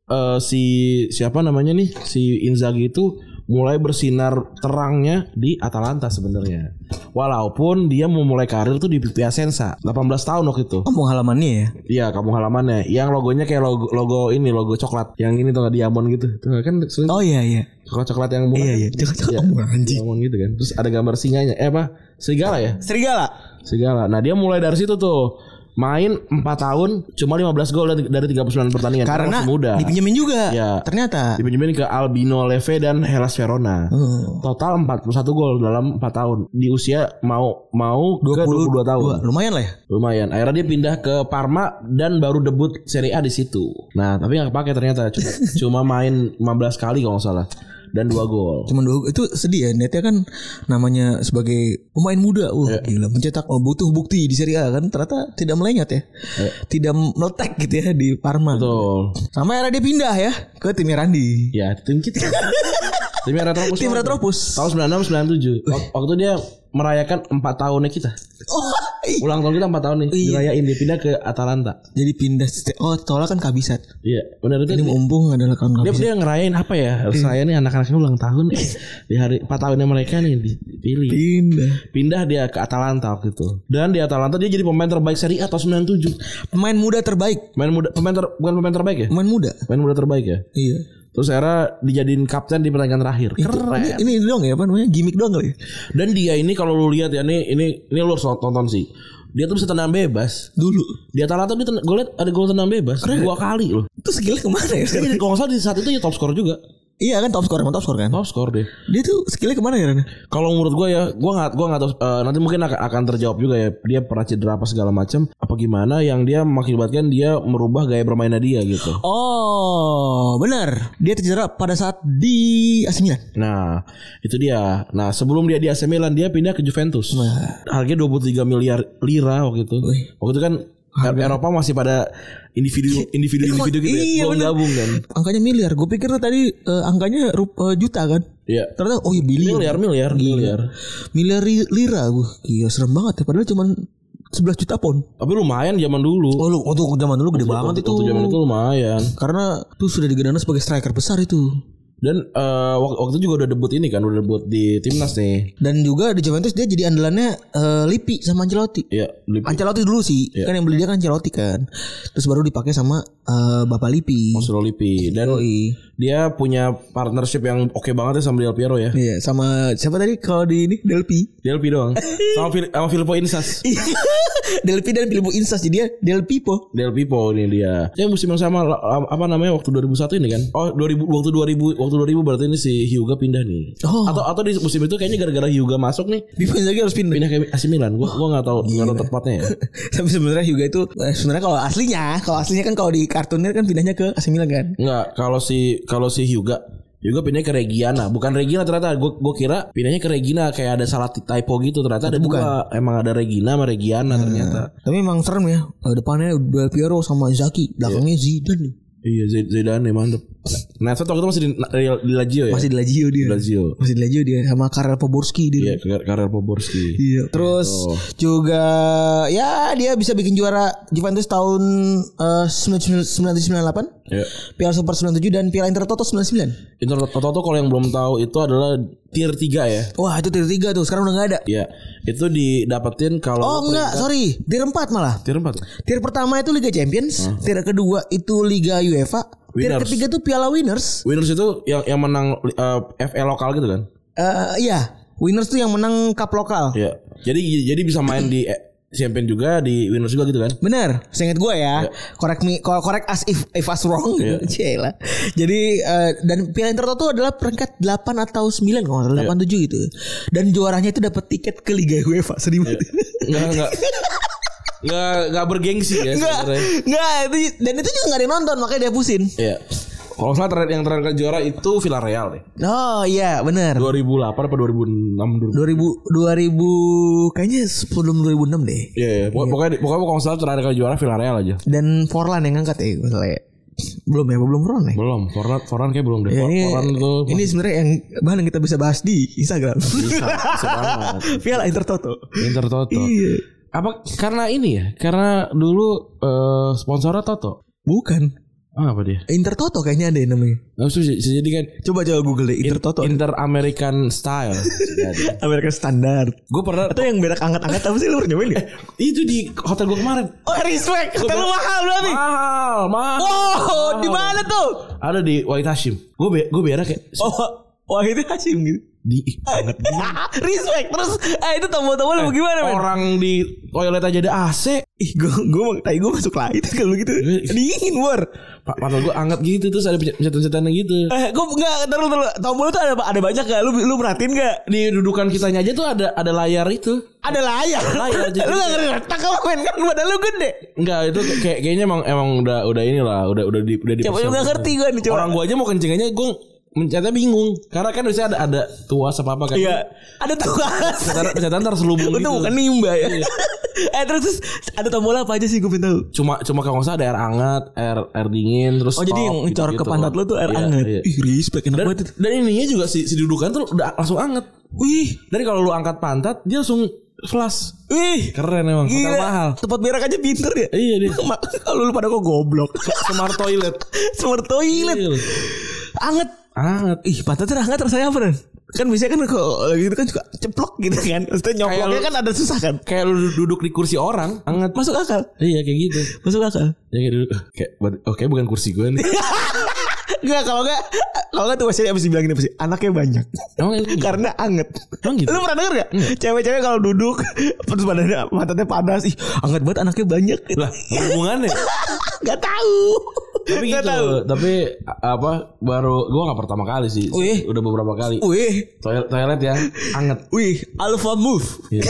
eh, si siapa namanya nih si Inzaghi itu mulai bersinar terangnya di Atalanta sebenarnya. Walaupun dia memulai karir tuh di Piacenza, 18 tahun waktu itu.
Kampung halamannya ya.
Iya, kamu halamannya. Yang logonya kayak logo, logo ini, logo coklat. Yang ini tuh nggak diamond gitu. Tuh nggak, kan sering
Oh iya iya.
coklat coklat yang bukan.
Iya iya. Jangan jangan ngomong anjing.
Diamond gitu kan. Terus ada gambar singanya. Eh apa? Serigala ya?
Serigala.
segala. Nah, dia mulai dari situ tuh. Main 4 tahun cuma 15 gol dari dari 39 pertandingan
Karena
masih muda.
dipinjemin juga.
Iya.
Ternyata.
Dipinjemin ke Albino Leve dan Hellas Verona.
Oh.
Total 41 gol dalam 4 tahun di usia mau mau ke 22 tahun.
Wah, lumayan lah ya.
Lumayan. Akhirnya dia pindah ke Parma dan baru debut Serie A di situ. Nah, tapi nggak kepake ternyata cuma, cuma main 15 kali kalau nggak salah dan 2 gol.
Cuman dua itu sedih ya. Netnya kan namanya sebagai pemain muda. Wah, gila mencetak oh, butuh bukti di Serie A kan ternyata tidak melenyat ya. Tidak meletek gitu ya di Parma.
Betul.
Sama era dia pindah ya ke timnya Randi.
Ya, tim kita. tim Retropus.
Tim Retropus.
Tahun 96 97. Wak- Waktu dia merayakan 4 tahunnya kita.
Oh, iya.
Ulang tahun kita 4 tahun nih. Dirayain dia pindah ke Atalanta.
jadi pindah. Oh, tolak kan kabisat.
Iya, benar itu.
Ini Iya.
Dia,
mumpung adalah kawan
dia,
kabisat.
dia ngerayain apa ya? Saya nih anak-anaknya ulang tahun nih. di hari 4 tahunnya mereka nih dipilih.
Pindah.
Pindah dia ke Atalanta waktu itu. Dan di Atalanta dia jadi pemain terbaik Serie A tahun 97.
Pemain muda terbaik.
Pemain muda pemain ter, bukan pemain terbaik ya?
Pemain muda.
Pemain muda terbaik ya.
Iya.
Terus era dijadiin kapten di pertandingan terakhir. Keren.
Ini, ini dong ya apa namanya? Gimik doang kali. ya?
Dan dia ini kalau lu lihat ya ini ini ini lu harus tonton sih. Dia tuh bisa tenang bebas.
Dulu.
Di Atalanta dia gue liat ada gol tenang bebas dua kali loh.
Terus skillnya kemana ya?
Jadi kalau nggak salah di saat itu ya top score juga.
Iya kan top score emang top score kan.
Top score deh.
Dia tuh skillnya kemana ya Ren?
Kalau menurut gue ya, gue nggak gue nggak tahu eh, nanti mungkin akan, akan terjawab juga ya. Dia pernah cedera apa segala macam apa gimana yang dia mengakibatkan dia merubah gaya bermainnya dia gitu.
Oh benar. Dia tercedera pada saat di AC Milan.
Nah, itu dia. Nah, sebelum dia di AC Milan, dia pindah ke Juventus. Harganya 23 miliar lira waktu itu.
Nah. Wih.
Waktu itu kan Eropa masih pada individu individu individu gitu ya.
Iya,
Belum
bener.
gabung kan.
Angkanya miliar. Gue pikir tuh tadi eh, angkanya rup, eh, juta kan.
Iya.
Ternyata oh iya biliar.
Miliar, miliar, miliar.
Miliar ri- lira. Wah iya serem banget ya. Padahal cuman 11 juta pound.
Tapi lumayan zaman dulu.
Oh lu untuk zaman dulu gede banget itu.
Waktu zaman itu lumayan.
Karena tuh sudah digenain sebagai striker besar itu.
Dan eh, wak- waktu itu juga udah debut ini kan, udah debut di timnas nih.
Dan juga di Juventus dia jadi andalannya eh, Lippi sama Ancelotti.
Iya, Lip-
Ancelotti dulu sih kan yang beli dia kan Ancelotti kan terus baru dipakai sama eh, Bapak Lipi
Marcelo Lippi. Dan
Yoi.
dia punya partnership yang oke banget ya sama Del Piero ya.
Iya sama siapa tadi kalau di ini Delpi
Del Piero doang. sama, Fil- sama Filippo Inzas.
Delpi dan Filippo Insas jadi dia Del Pipo
Del Pipo ini dia. Ya musim yang sama la- apa namanya waktu 2001 ini kan? Oh 2000 waktu 2000 waktu 2000 berarti ini si Hyuga pindah nih.
Oh.
Atau atau di musim itu kayaknya gara-gara Hyuga masuk nih
Pipo Inzaghi harus pindah
pindah ke AC Milan. Gua gua nggak tahu nggak tahu tepatnya ya.
tapi sebenarnya juga itu eh, sebenarnya kalau aslinya kalau aslinya kan kalau di kartunnya kan pindahnya ke AC Milan kan
Enggak, kalau si kalau si Hyuga Hyuga pindah ke Regina, bukan Regina ternyata. Gue gue kira pindahnya ke Regina kayak ada salah ti- typo gitu ternyata ada
Bukan. Hmm.
dua. Emang ada Regina sama Regiana ternyata.
tapi emang serem ya Eh, depannya Del Piero sama Inzaghi belakangnya Zidane
Iya Zid- Zidane mantep. Nah, waktu itu masih di, di Lazio ya.
Masih di Lazio dia.
Lazio.
Masih di Lazio dia sama Karel Poborski dia.
Iya, Oh. Kar- Karel Poborski.
Iya. Terus juga ya dia bisa bikin juara Juventus tahun eh, 1998,
Ya.
Piala Super 97 dan Piala Intertoto 99.
Inter Toto kalau yang belum tahu itu adalah tier 3 ya.
Wah, itu tier 3 tuh. Sekarang udah nggak ada.
Iya, itu didapetin kalau
Oh, enggak, sorry. Tier 4 malah.
tier 4.
Tier pertama itu Liga Champions, tier kedua itu Liga UEFA, tier
Winners.
ketiga itu Piala Winners.
Winners itu yang yang menang eh, FA lokal gitu kan.
Eh iya, Winners tuh yang menang cup lokal.
Iya. Jadi jadi bisa main di eh, Champion juga di Winners juga gitu kan.
Bener, seinget gue ya.
Iya.
Correct me, cor- correct us if if us wrong. Cila. Jadi eh, dan Piala Intertoto adalah peringkat 8 atau 9 kalau nggak
Iya.
salah, 8 7 gitu. Dan juaranya itu dapat tiket ke Liga UEFA. Sedih
Iya.
banget.
Enggak enggak. Enggak enggak bergengsi ya
Enggak,
sebenarnya.
enggak itu dan itu juga nggak ada yang nonton makanya dia pusin.
Iya. Kalau nggak salah terakhir yang terakhir kali juara itu Villarreal deh.
Oh iya, bener.
2008 apa 2006 dulu.
2000 2000 kayaknya sebelum 2006 deh.
Iya, iya. Pokok- pokoknya di- pokoknya kalau nggak salah terakhir kali juara Villarreal aja.
Dan Forlan yang ngangkat ya misalnya. Belum ya, belum Forlan ya.
Belum, Forlan Forlan kayak belum deh.
Ya, ini
Forlan tuh
ini sebenarnya yang bahan yang kita bisa bahas di Instagram.
bisa, bisa banget.
Piala Intertoto.
Inter Toto.
Iya.
Apa karena ini ya? Karena dulu eh, sponsornya Toto.
Bukan.
Ah, apa dia?
Intertoto kayaknya ada yang namanya.
Nah, terus bisa jadi kan
Coba coba Google deh Intertoto.
Inter American Style.
Amerika standar.
gue pernah
Atau yang berak angkat-angkat apa sih lu pernah nyobain ya?
itu di hotel gue kemarin.
Oh, respect. Hotel lu mahal berarti.
Mahal, mahal.
Oh, di mana tuh?
Ada di White Hashim. Gue be gue berak kayak
Oh, wah itu Hashim gitu.
di ih, banget.
respect. Terus ah itu tombol-tombol lu gimana, men?
Orang di toilet aja ada AC.
Ih, gue gue mau tai gue masuk lain kalau gitu. Dingin, Bor.
Pa- Pantat gue anget gitu terus ada pencetan-pencetan gitu.
Eh, gue enggak taruh taruh tombol itu ada ada banyak gak? Lu lu merhatiin gak?
Di dudukan kitanya aja tuh ada ada layar itu.
Ada layar.
Layar, jadi-
lu gak ngerti retak apa men kan badan lu gede.
Enggak, itu kayak kayaknya emang emang udah udah inilah, udah udah di udah di
Coba coba Iya, ngerti gue nih coba.
Orang gua aja mau kencing aja gua mencetnya bingung. Karena kan biasanya ada ada tuas apa apa kan.
Iya, ada tugas.
Pencetan- pencetan terselubung
Itu
gitu.
bukan nimba ya. eh terus, terus ada tombol apa aja sih gue pengen tahu.
Cuma cuma kalau nggak salah ada air hangat, air air dingin terus
Oh, jadi
stop,
yang ngecor
gitu-gitu.
ke pantat lu tuh air
Iya,
anget.
iya.
Ih, respect enak
Dan,
banget itu.
dan ininya juga si, si dudukan tuh udah langsung anget. Wih, dari kalau lu angkat pantat dia langsung flash.
Wih,
Keren emang, hotel
gila.
mahal.
Tempat berak aja pinter ya.
Iya dia
Mak, Kalau lu pada kok goblok.
smart toilet.
Smart toilet.
Iya.
Anget.
Anget.
Ih, pantatnya anget rasanya apa, Ren? Kan biasanya kan kalau lagi gitu kan suka ceplok gitu kan. Maksudnya nyoploknya
Kayak lu-
kan ada susah kan.
Kayak lu duduk di kursi orang, anget.
Masuk akal.
Iya kayak gitu.
Masuk akal.
Ya kayak dulu "Ah, kayak ber- oke bukan kursi gue nih.
Enggak kalau enggak kalau enggak tuh pasti abis dibilangin pasti anaknya banyak.
Emang itu gitu?
Karena anget.
Emang gitu?
Lu pernah denger gak? Cewek-cewek kalau duduk terus badannya matanya panas, ih anget banget anaknya banyak.
lah hubungannya.
Enggak tahu.
Tapi
Nggak
gitu. Tapi a- apa baru gua nggak pertama kali sih.
Wih.
Udah beberapa kali.
Wih,
Toilet toilet yang anget.
wih, alpha move.
Iya.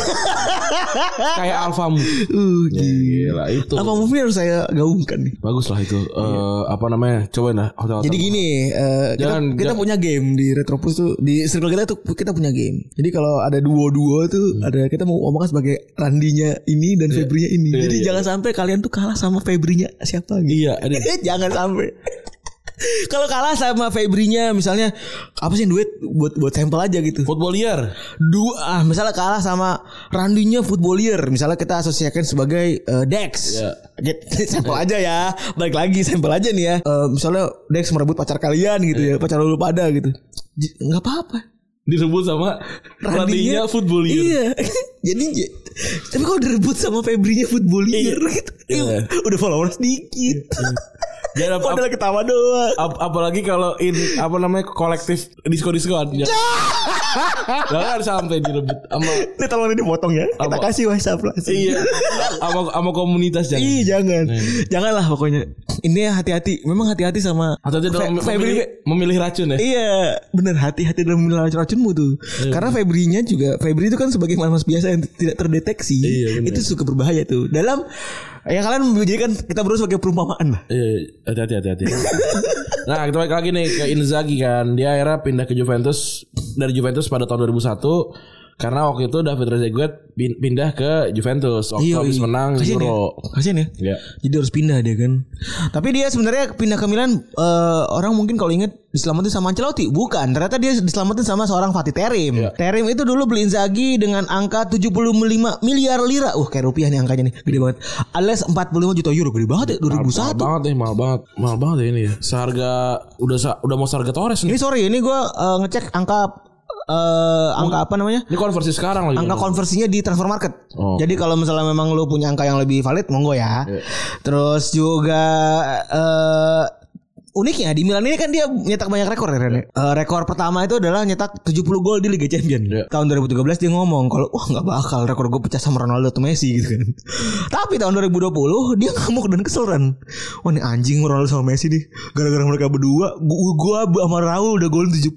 kayak Alfamu.
Uh,
Gila itu.
Alpha move harus saya gaungkan nih.
Bagus lah itu. Eh, apa namanya? Cobain lah hotel.
Iya. Jadi gini, eh, kita,
Jangan-
kita
jangan-
punya game di Retropus tuh di circle kita tuh kita punya game. Jadi kalau ada duo-duo tuh ada kita mau ngomong sebagai Randinya ini dan Febrinya ini.
Hmm. Iya,
Jadi
iya,
jangan sampai kalian tuh kalah sama Febrinya siapa gitu.
Iya, ada.
jangan sampai. kalau kalah sama Febrinya misalnya apa sih yang duit buat buat sampel aja gitu.
Football liar.
Dua ah, misalnya kalah sama Randinya footballier, misalnya kita asosiasikan sebagai eh, Dex.
Iya.
Get- sampel aja ya. Balik lagi sampel aja nih ya. Eh, misalnya Dex merebut pacar kalian gitu
Iya.
ya, pacar lu pada gitu. J- nggak apa-apa.
Direbut sama pelatihnya football liar.
Iya. Jadi j- tapi kalau direbut sama Febrinya footballier gitu.
Iya.
Ih, Udah followers dikit.
Jangan apa-
Padahal ketawa doang.
Ap- apalagi kalau in apa namanya kolektif diskon diskon
Iya.
ya. Jangan sampai direbut sama
Ini tolong ini dipotong ya. Kita
Apa?
kasih WhatsApp lah.
iya sama sama komunitas
Ih
jangan.
jangan Janganlah pokoknya Ini ya hati-hati Memang hati-hati sama
Hati-hati dalam
Fe- Febri-
memilih, memilih racun ya.
Iya Bener hati-hati dalam menilai racunmu tuh
Iya.
Karena Febrinya juga Febri itu kan sebagai mas-mas biasa Yang tidak terdeteksi
Iya, bener.
Itu suka berbahaya tuh Dalam Ya kalian menjadikan Kita berdua sebagai perumpamaan lah
Iya, hati-hati hati-hati. nah, kita balik lagi nih ke Inzaghi kan. Dia akhirnya pindah ke Juventus dari Juventus pada tahun 2001 Karena waktu itu David Trezeguet pin- pindah ke Juventus waktu
Iya,
habis
iya.
menang
Kasian
Euro.
ya. Kasian ya.
Iya.
Jadi harus pindah dia kan. Tapi dia sebenarnya pindah ke Milan eh, orang mungkin kalau inget diselamatin sama Ancelotti. Bukan, ternyata dia diselamatin sama seorang Fatih Terim.
Iya.
Terim itu dulu beli Inzaghi dengan angka 75 miliar lira. Uh, kayak rupiah nih angkanya nih. Gede banget. Alias 45 juta euro gede banget ya
Mahal
2001.
banget nih, mahal banget. Mahal banget ya ini ya. Seharga udah sa- udah mau seharga Torres
Ini
nih.
sorry, ini gua eh, ngecek angka eh, angka apa namanya?
Ini konversi sekarang lagi.
angka konversinya di transfer market.
gitu Oh. Iya.
Jadi kalau misalnya memang lu punya angka yang lebih valid monggo ya. Terus juga eh uniknya di Milan ini kan dia nyetak banyak rekor ya
Iya.
Ren. Eh, rekor pertama itu adalah nyetak 70 gol di Liga Champions.
Iya.
Tahun 2013 dia ngomong kalau wah nggak bakal rekor gue pecah sama Ronaldo atau Messi gitu kan. Tapi tahun 2020 dia ngamuk dan kesel Ren. Wah nih anjing Ronaldo sama Messi nih. Gara-gara mereka berdua gua, gua sama Raul udah gol 70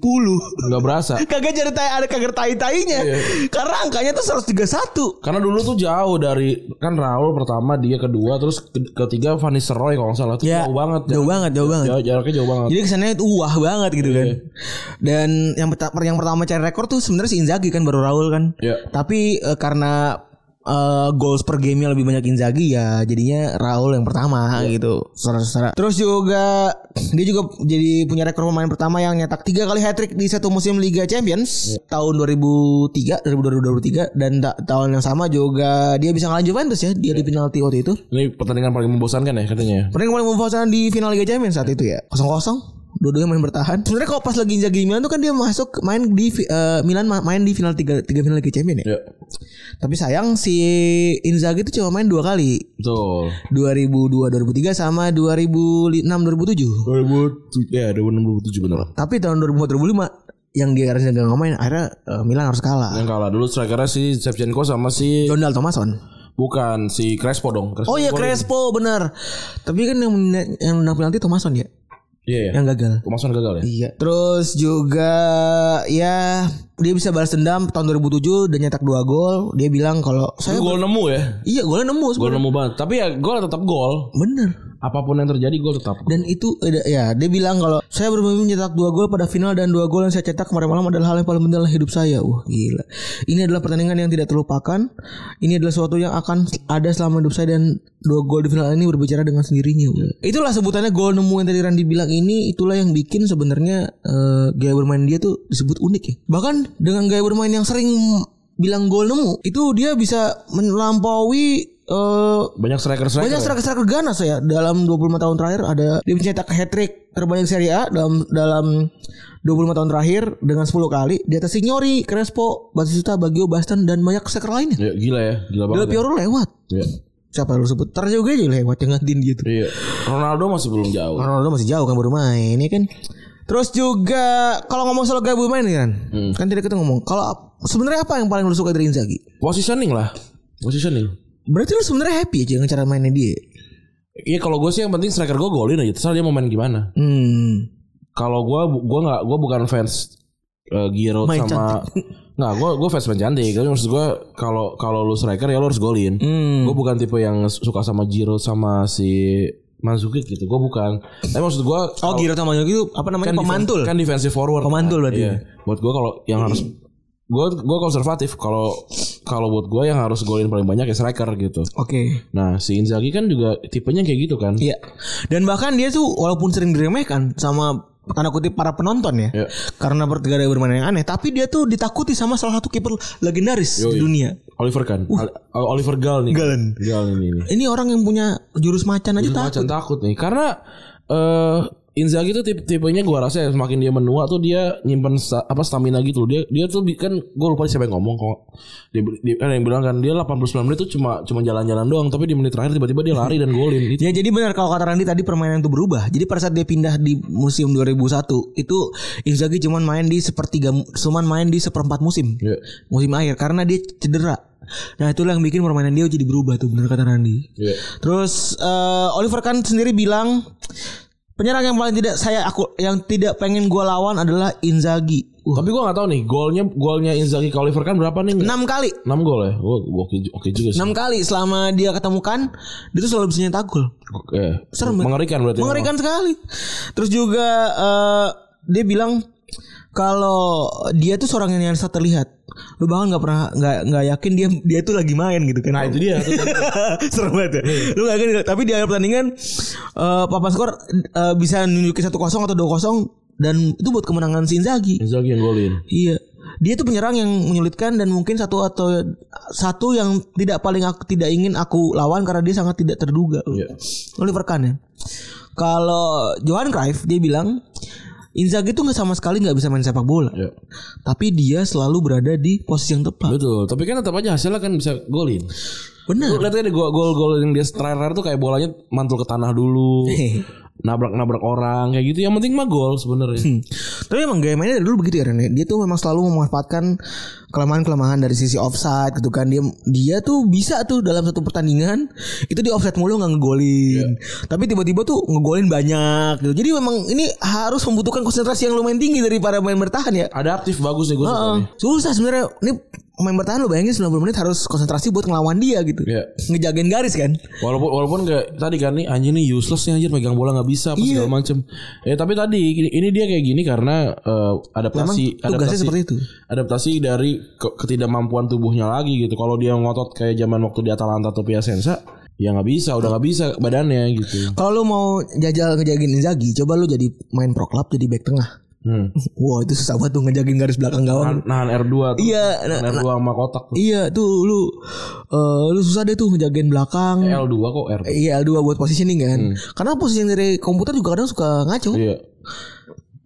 Enggak berasa.
kagak jadi tai ada kagak tai tainya
Iya.
karena angkanya tuh 131
Karena dulu tuh jauh dari kan Raul pertama, dia kedua, terus ke- ketiga Van Nistelrooy kalau nggak salah tuh jauh banget.
Ya,
ya.
jauh banget jauh banget
Jauh- jaraknya jauh banget.
jadi kesannya itu wah banget gitu kan dan yang peta- yang pertama cari rekor tuh sebenarnya si Inzaghi kan baru Raul kan
Iya.
tapi eh, karena eh, goals per game-nya lebih banyak Inzaghi ya jadinya Raul yang pertama gitu saudara-saudara terus juga dia juga jadi punya rekor pemain pertama yang nyetak tiga kali hat trick di satu musim Liga Champions tahun 2003 2002 2003 dan ta- tahun yang sama juga dia bisa ngalahin Juventus ya dia di penalti waktu itu
Ini pertandingan paling membosankan ya katanya. ya?
Pernah yang paling membosankan di final Liga Champions saat itu ya kosong kosong dua-duanya main bertahan. Sebenarnya kalau pas lagi Inzaghi Milan tuh kan dia masuk main di fi- eh, Milan ma- main di final tiga tiga final Liga Champions ya.
Iya.
Tapi sayang si Inzaghi itu cuma main dua kali.
Betul.
2002 2003 sama 2006
2000
2007.
ya 2007 benar.
Tapi tahun 2004 2005 yang dia harusnya nggak main akhirnya eh, Milan harus kalah.
Yang kalah dulu strikernya si Shevchenko sama si
Donald Thomason.
bukan si Crespo dong. Crespo
Oh iya
gol.
Crespo bener. Tapi kan yang yang menang penalti Thomason ya
Iya iya.
yang gagal.
Thomason gagal ya.
Iya. Terus juga ya dia bisa balas dendam tahun 2007 dan nyetak dua gol. Dia bilang kalau
Itu
saya
gol nemu ya.
iya golnya nemu
Gol
sebenarnya.
nemu banget. Tapi ya gol tetap gol.
Bener.
Apapun yang terjadi gol tetap.
Dan itu eh, ya dia bilang kalau saya bermimpi mencetak dua gol pada final dan dua gol yang saya cetak kemarin malam adalah hal yang paling penting dalam hidup saya. Wah gila. Ini adalah pertandingan yang tidak terlupakan. Ini adalah sesuatu yang akan ada selama hidup saya dan dua gol di final ini berbicara dengan sendirinya. Wah. Itulah sebutannya gol nemu yang tadi Randy bilang ini itulah yang bikin sebenarnya eh, gaya bermain dia tuh disebut unik ya. Bahkan dengan gaya bermain yang sering bilang gol nemu itu dia bisa melampaui eh,
Banyak striker-striker.
banyak striker-striker Ghana saya ya. dalam 25 tahun terakhir ada dia mencetak hat trick terbanyak Serie A dalam dalam 25 tahun terakhir dengan 10 kali di atas Signori, Crespo, Batistuta, Baggio, Bastan dan banyak striker lainnya.
Ya, gila ya, gila banget.
Del
ya.
Piero lewat.
Iya.
Siapa lu sebut? Ter juga aja lewat yang ngantin gitu.
Iya. Ronaldo masih belum jauh.
Ronaldo masih jauh kan baru main ya kan. Terus juga kalau ngomong soal gaya bermain nih kan. Kan tidak kita ngomong. Kalau sebenarnya apa yang paling lu suka dari Inzaghi?
Positioning lah. Positioning.
Berarti lu sebenarnya happy aja dengan cara mainnya dia.
Iya kalau gue sih yang penting striker gue golin aja. Terserah dia mau main gimana.
Hmm.
Kalau gue gue nggak gue bukan fans eh, Giroud
Main
sama nggak gue gue fans main cantik. Tapi maksud gue kalau kalau lu striker ya lu harus golin.
Hmm.
Gue bukan tipe yang suka sama Giroud sama si Manzukic gitu. Gue bukan. Tapi maksud gue
Oh, Giro sama itu apa
kan
namanya? pemantul.
defen- kan defensive forward
Pemantul
kan?
berarti.
Iya. buat gue kalau yang harus gue gue konservatif kalau kalau buat gue yang harus golin paling banyak ya striker gitu
Oke.
nah si Inzaghi kan juga tipenya kayak gitu kan
Iya. Dan bahkan dia tuh walaupun sering diremehkan sama tanda kutip para penonton ya.
Iya.
Karena pergerakan bermain yang aneh, tapi dia tuh ditakuti sama salah satu kiper legendaris
Yoi.
di dunia.
Oliver kan
Uh.
Al- Oliver Gal nih
Galen.
Gal ini nih
Ini orang yang punya jurus macan aja takut.
macam takut nih karena eh Inzaghi tuh tipe tipenya gue rasa ya, semakin dia menua tuh dia nyimpen sta- apa stamina gitu loh. Dia dia tuh bi- kan gue lupa siapa yang ngomong kok. Dia, dia- kan yang bilang kan dia 89 menit tuh cuma cuma jalan-jalan doang tapi di menit terakhir tiba-tiba dia lari dan golin. Itu
Ya jadi benar kalau kata Randy tadi permainan itu berubah. Jadi pada saat dia pindah di musim 2001 itu Inzaghi cuman main di sepertiga mu- cuman main di seperempat musim.
Iya.
Musim akhir karena dia cedera. Nah itulah yang bikin permainan dia jadi berubah tuh benar kata Randy.
Iya.
Terus eh, Oliver Kahn sendiri bilang penyerang yang paling tidak saya aku yang tidak pengen gua lawan adalah Inzaghi. Uh,
Tapi gue gak tahu nih golnya golnya Inzaghi ke Oliver kan berapa nih? 6
enam kali.
gol ya. Gua gua oke ju- oke juga sih.
6 kali selama dia ketemu Kahn, dia tuh selalu bisa nyetak gol.
Oke.
Serem ya?
Mengerikan berarti.
Mengerikan sekali. Terus juga eh, dia bilang kalau dia tuh seorang yang nyansa terlihat. lu bahkan nggak pernah nggak nggak yakin dia dia tuh lagi main gitu kan
Nah itu dia. Iya. Itu dia.
serem banget ya. Lu gak yakin tapi di akhir pertandingan eh papan skor eh, bisa nunjukin 1-0 atau 2-0 dan itu buat kemenangan si Inzaghi.
Inzaghi yang golin.
Iya. Dia tuh penyerang yang menyulitkan dan mungkin satu atau satu yang tidak paling aku tidak ingin aku lawan karena dia sangat tidak terduga.
Iya.
Oliver Kahn ya. Kalau Johan Cruyff dia bilang Inzaghi tuh nggak sama sekali nggak bisa main sepak bola.
Iya.
Tapi dia selalu berada di posisi yang tepat.
Betul. Tapi kan tetap aja hasilnya kan bisa golin. Lu
Benar.
lihat aja deh gol- gol-gol yang dia terakhir tuh kayak bolanya mantul ke tanah dulu. Nabrak-nabrak orang kayak gitu. Yang penting mah gol sebenarnya.
Tapi emang gaya mainnya dari dulu begitu ya Rene. Dia tuh memang selalu memanfaatkan kelemahan-kelemahan dari sisi offside gitu kan. Dia dia tuh bisa tuh dalam satu pertandingan itu di offside mulu nggak ngegolin.
Iya.
Tapi tiba-tiba tuh ngegolin banyak gitu. Jadi memang ini harus membutuhkan konsentrasi yang lumayan tinggi dari para pemain bertahan
Iya.
ya.
Adaptif bagus nih gue suka
Heeh.
nih.
Susah sebenarnya. Ini pemain bertahan lo bayangin 90 menit harus konsentrasi buat ngelawan dia gitu.
Iya.
Ngejagain garis kan.
Walaupun walaupun kayak tadi kan nih anjing nih useless nih anjir pegang bola nggak bisa apa segala macem. Ya tapi tadi ini, ini dia kayak gini karena eh, adaptasi
Memang tugasnya
adaptasi
seperti itu.
Adaptasi dari ke- ketidakmampuan tubuhnya lagi gitu. Kalau dia ngotot kayak zaman waktu di Atalanta atau Piacenza ya nggak bisa, udah nggak bisa badannya gitu.
Kalau lo mau jajal ngejagain Inzaghi, coba lo jadi main pro club jadi back tengah.
Hmm.
Wah itu susah banget tuh ngejagain garis belakang gawang.
Nahan, nahan R2 tuh.
Iya, nah,
Nahan R2 sama kotak tuh.
Iya tuh lu eh, lu susah deh tuh ngejagain belakang.
L2 kok R.
Iya L2 buat positioning kan. Karena positioning dari komputer juga kadang suka ngaco.
Iya.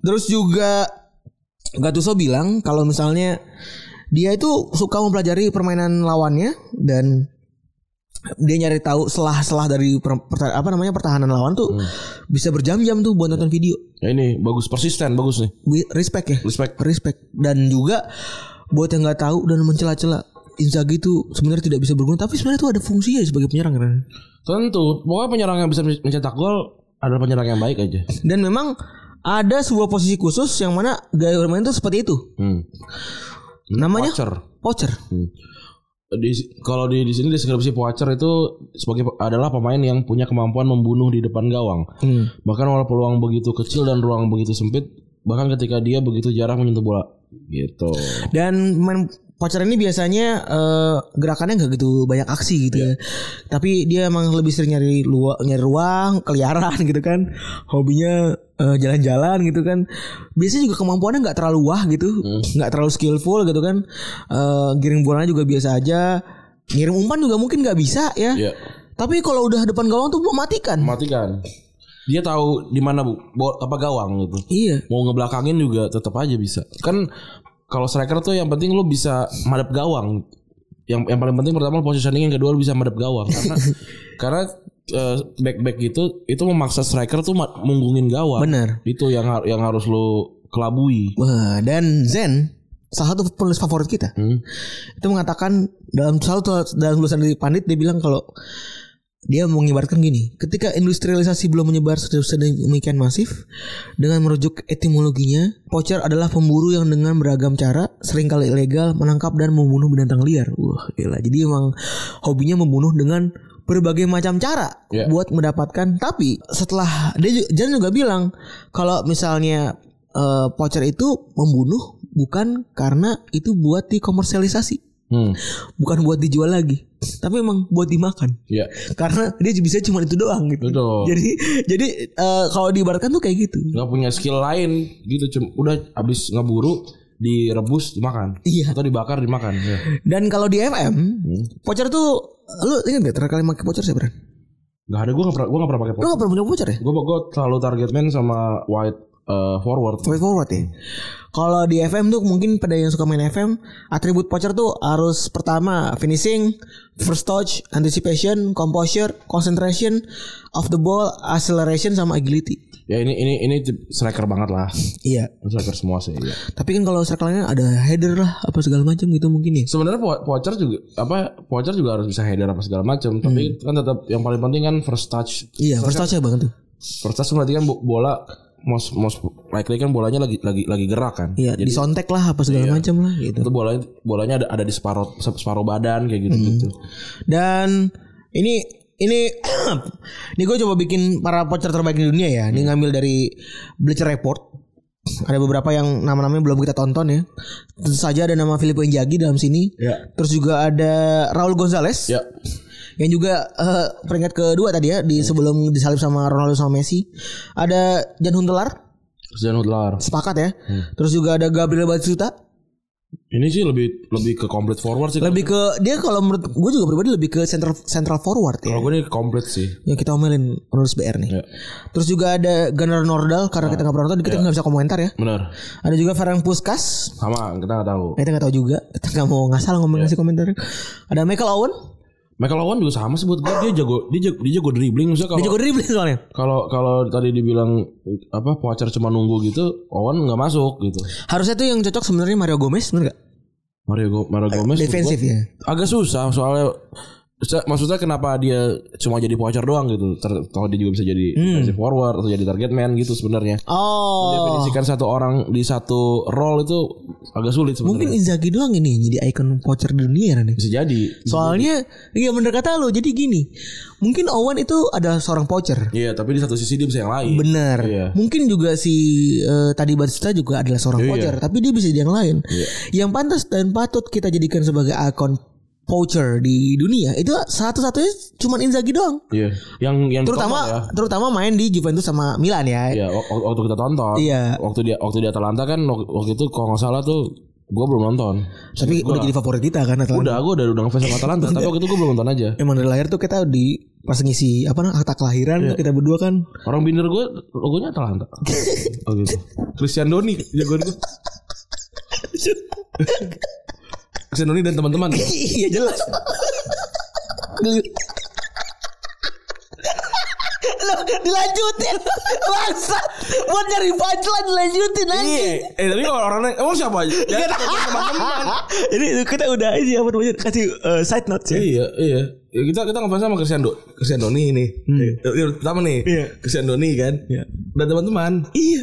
Terus juga Gattuso bilang kalau misalnya dia itu suka mempelajari permainan lawannya dan dia nyari tahu selah-selah dari per- perta- apa namanya pertahanan lawan tuh bisa berjam-jam tuh buat nonton video.
Ya ini bagus persisten, bagus nih.
Wi- Respect ya.
Respect.
respect dan juga buat yang nggak tahu dan mencela-cela Inzaghi itu sebenarnya tidak bisa berguna tapi sebenarnya itu ada fungsinya sebagai penyerang kan
Tentu, pokoknya penyerang yang bisa mencetak gol adalah penyerang yang baik aja.
dan memang ada sebuah posisi khusus yang mana gaya bermain itu seperti itu
Hmm.
namanya
Watcher.
poacher
di kalau di di sini deskripsi poacher itu sebagai adalah pemain yang punya kemampuan membunuh di depan gawang.
Hmm.
Bahkan walau peluang begitu kecil dan ruang begitu sempit, bahkan ketika dia begitu jarang menyentuh bola. Gitu.
dan pemain poacher ini biasanya eh, gerakannya nggak gitu banyak aksi gitu ya tapi dia emang lebih sering nyari luang nyari ruang keliaran gitu kan hobinya eh, jalan-jalan gitu kan biasanya juga kemampuannya nggak terlalu wah gitu nggak terlalu skillful gitu kan Eh, giring bolanya juga biasa aja ngirim umpan juga mungkin nggak bisa ya
Iya.
tapi kalau udah depan gawang tuh mematikan
Matikan. Dia tahu di mana bu, bo- apa gawang gitu.
iya
Mau ngebelakangin juga tetap aja bisa. Kan kalau striker tuh yang penting lu bisa madep gawang. Yang yang paling penting pertama lu positioning, yang kedua lu bisa madep gawang karena karena back back gitu itu memaksa striker tuh ma- munggungin gawang.
bener
Itu yang har- yang harus lu kelabui.
Wah, dan Zen salah satu penulis favorit kita
Hmm.
itu mengatakan dalam satu dalam tulisan dari Pandit dia bilang kalau dia mengibaratkan gini, ketika industrialisasi belum menyebar sedemikian masif, dengan merujuk etimologinya, poacher adalah pemburu yang dengan beragam cara seringkali ilegal menangkap dan membunuh binatang liar. Wah, gila. Jadi emang hobinya membunuh dengan berbagai macam cara
Iya.
buat mendapatkan. Tapi setelah dia ju- Jan juga bilang kalau misalnya eh, poacher itu membunuh bukan karena itu buat dikomersialisasi,
Hmm.
bukan buat dijual lagi, tapi emang buat dimakan
Iya.
karena dia bisa cuma itu doang gitu.
Betul.
Jadi jadi eh, kalau diibaratkan tuh kayak gitu.
nggak punya skill lain gitu cuma udah abis ngeburu direbus dimakan
Iya.
atau dibakar dimakan ya.
Dan kalau di FM, voucher tuh lu ingat gak terakhir kali pakai voucher siapa? Ran?
nggak ada gue nggak pernah gue nggak pernah pakai
Lu gak pernah punya voucher ya?
gue gue terlalu target man sama wide eh, forward
Way forward ya. Kalau di FM tuh mungkin pada yang suka main FM, atribut voucher tuh harus pertama finishing, first touch, anticipation, composure, concentration, off the ball, acceleration sama agility.
ya ini ini ini tip- striker banget lah
Iya.
striker semua sih ya.
Tapi kan kalau striker lainnya ada header lah apa segala macam gitu mungkin ya.
sebenarnya po- poacher juga apa poacher juga harus bisa header apa segala macam tapi kan tetap yang paling penting kan first touch
Iya, first touch ya banget tuh.
first touch berarti kan bo- bola most most likely kan bolanya lagi lagi lagi gerak kan
Iya, disontek lah apa segala macam lah gitu.
itu bolanya bolanya ada ada di separuh separuh badan kayak gitu gitu
Dan ini ini Hmm. ini gue coba bikin para voucher terbaik di dunia ya. Ini ngambil dari Bleacher Report. ada beberapa yang nama-namanya belum kita tonton ya. Tentu saja ada nama Filippo Inzaghi dalam sini.
Ya.
Terus juga ada Raul Gonzalez
Ya.
yang juga eh, peringkat kedua tadi ya di sebelum disalib sama Ronaldo sama Messi. Ada Jan Huntelaar
Christian Hudlar.
sepakat ya.
Hmm.
Terus juga ada Gabriel Batistuta.
Ini sih lebih lebih ke complete forward sih.
Lebih ke dia kalau menurut gue juga pribadi lebih ke central central forward ya.
Kalau gue ini complete sih.
Yang kita omelin penulis BR nih.
Ya.
Terus juga ada Gunnar
Ah.
Nordal karena kita nggak pernah nonton kita
Iya.
nggak bisa komentar ya.
Benar.
Ada juga Ferenc Puskas.
Sama kita nggak tahu.
Kita nggak tahu juga. Kita nggak mau ngasal ngomong
Iya.
ngasih komentar. Ada Michael Owen.
Michael Owen juga sama sih buat gue dia jago dia jago, dia jago dribbling maksudnya
Dia
kalau
juga dribbling soalnya.
kalau kalau tadi dibilang apa Poacher cuma nunggu gitu Owen nggak masuk gitu.
Harusnya tuh yang cocok sebenarnya Mario Gomez bener gak?
Mario Go, Mario Gomez menurut
Defensif
gua
ya.
Agak susah soalnya se- maksudnya kenapa dia cuma jadi Poacher doang gitu. Ter- Kalau dia juga bisa jadi defensive forward atau jadi target man gitu sebenarnya.
Hmm. Oh.
Definisikan satu orang di satu role itu agak sulit
Mungkin
sebenarnya.
Inzaghi doang ini jadi ikon voucher di dunia ya, nih.
Bisa jadi.
Soalnya iya bener kata lo jadi gini. Mungkin Owen itu adalah seorang voucher.
Iya, tapi di satu sisi dia bisa yang lain.
Bener.
Iya.
Mungkin juga si eh, tadi Barista juga adalah seorang
Iya.
voucher, tapi dia bisa jadi yang lain.
Iya.
Yang pantas dan patut kita jadikan sebagai ikon voucher di dunia itu satu-satunya cuman Inzaghi doang.
Iya. Yang yang
Terutama
ditonton ya.
terutama main di Juventus sama Milan ya.
Iya, wak- wak- waktu kita tonton.
Iya.
Waktu dia waktu di Atalanta kan wak- waktu itu kalau nggak salah tuh gua belum nonton.
Tapi udah jadi favorit kita kan Atalanta.
Udah, gua udah udah ngefans sama Atalanta, tapi waktu itu gua belum nonton aja.
Emang dari lahir tuh kita di pas ngisi apa namanya akta kelahiran
Iya.
tuh kita berdua kan
Orang binder gue logonya Atalanta. oh gitu. Christian Doni jagoan gue. Christian Doni dan teman-teman.
Iya jelas. Lo dilanjutin Bangsa Buat nyari punchline Dilanjutin aja
Eh tapi kalau orangnya emang siapa aja? Ya, teman-teman.
Ini kita udah ini apa namanya Kasih eh, side note sih
Iya, iya. Ya, kita kita ngefans sama Christian, Do, Christian Doni ini. Hmm. Pertama nih,
Iya.
Christian Doni kan. Dan teman-teman.
Iya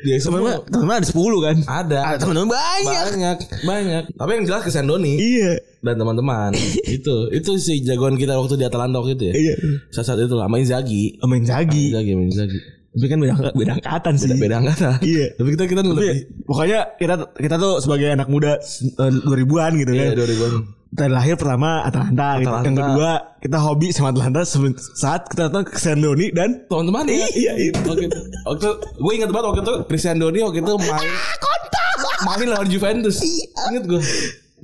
Dia semua
Teman-teman ada 10 kan
ada.
Ada teman-teman banyak
Oh. Ah, banyak, banyak. Tapi yang jelas Christian Doni
Iya
dan teman-teman. itu, itu si jagoan kita waktu di Atalanta waktu itu ya.
Iya
Saat saat itu lah, main Zagi.
Main Zagi
Zagi, main Ah, Zagi.
Tapi kan beda, beda angkatan sih
Beda, beda angkatan.
Iya.
Tapi kita kita lebih
Pokoknya kita kita tuh sebagai anak muda eh, 2000-an gitu
Iya,
kan.
dua ribuan.
terlahir pertama Atalanta, gitu.
Atalanta.
yang kedua kita hobi sama Atalanta seben- saat kita nonton Sandoni dan
Teman-teman ya.
Iya, itu.
Waktu itu, waktu gue ingat banget waktu itu Christian Doni waktu itu main main lawan Juventus. Ingat gue.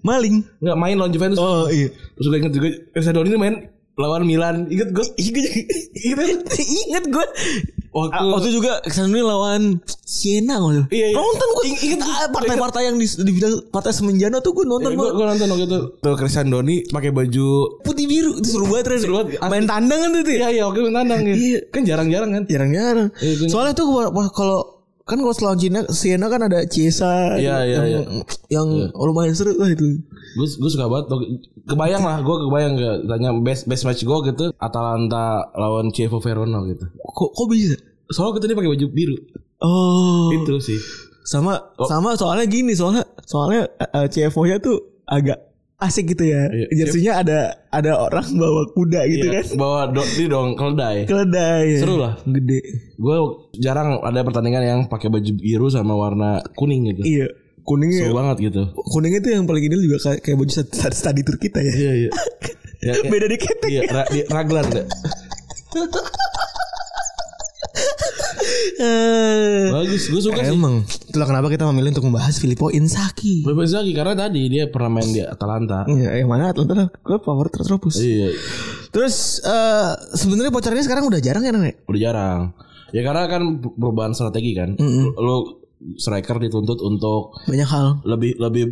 maling
Nggak main lawan Juventus.
oh iya
Terus gue inget juga Cristiano ini main lawan Milan. Ingat gue? Ingat
inget gue
Waktu-
Ah, waktu juga Sandoni lawan Siena kalau nggak salah.
Iya, iya.
nonton gue inget partai-partai yang di- dibilang partai Semenjana tuh gue nonton
gue
banget.
gue nonton waktu itu tuh Cristian Doni pakai baju
putih biru itu seru banget Ren.
Seru banget.
main tandang kan tuh tuh.
iya iya oke menandang
Iya.
ya kan jarang-jarang kan
jarang-jarang
Iya, gue-
soalnya tuh gua- wah, kalau kan kalau selawan Cina Siena kan ada Ciesa
Iya, iya,
yang, yang lumayan seru lah itu
gue gue suka banget tuh. kebayang lah gue kebayang gak tanya best best match gue gitu Atalanta lawan Chievo Verona gitu
kok kok bisa
soalnya waktu itu dia pakai baju biru
oh
itu Oh. sih
sama sama soalnya gini soalnya soalnya eh, CFO-nya tuh agak asik gitu ya.
Iya.
Jersinya ada ada orang bawa kuda gitu
Iya,
kan.
bawa do, ini dong keledai
Keledai.
Seru lah.
Gede.
gue jarang ada pertandingan yang pakai baju biru sama warna kuning gitu
Iya. Kuningnya
seru banget gitu
kuningnya tuh yang paling ini juga kayak, kayak baju stad- stad- stadi tur kita ya.
iya iya Ya, ya.
Beda dikit.
Iya, ra- di- raglan deh.
Eh,
Bagus, gue suka sih.
Emang itulah kenapa kita memilih untuk membahas Filippo Inzaghi.
Bebas lagi karena tadi dia pernah main di Atalanta.
Iya, yang mana Atlanta klub power terus
Iya,
Terus eh sebenarnya pocarnya sekarang udah jarang ya, Nek?
udah jarang. Ya karena kan perubahan strategi kan. Lo lo striker dituntut untuk
Banyak hal.
lebih lebih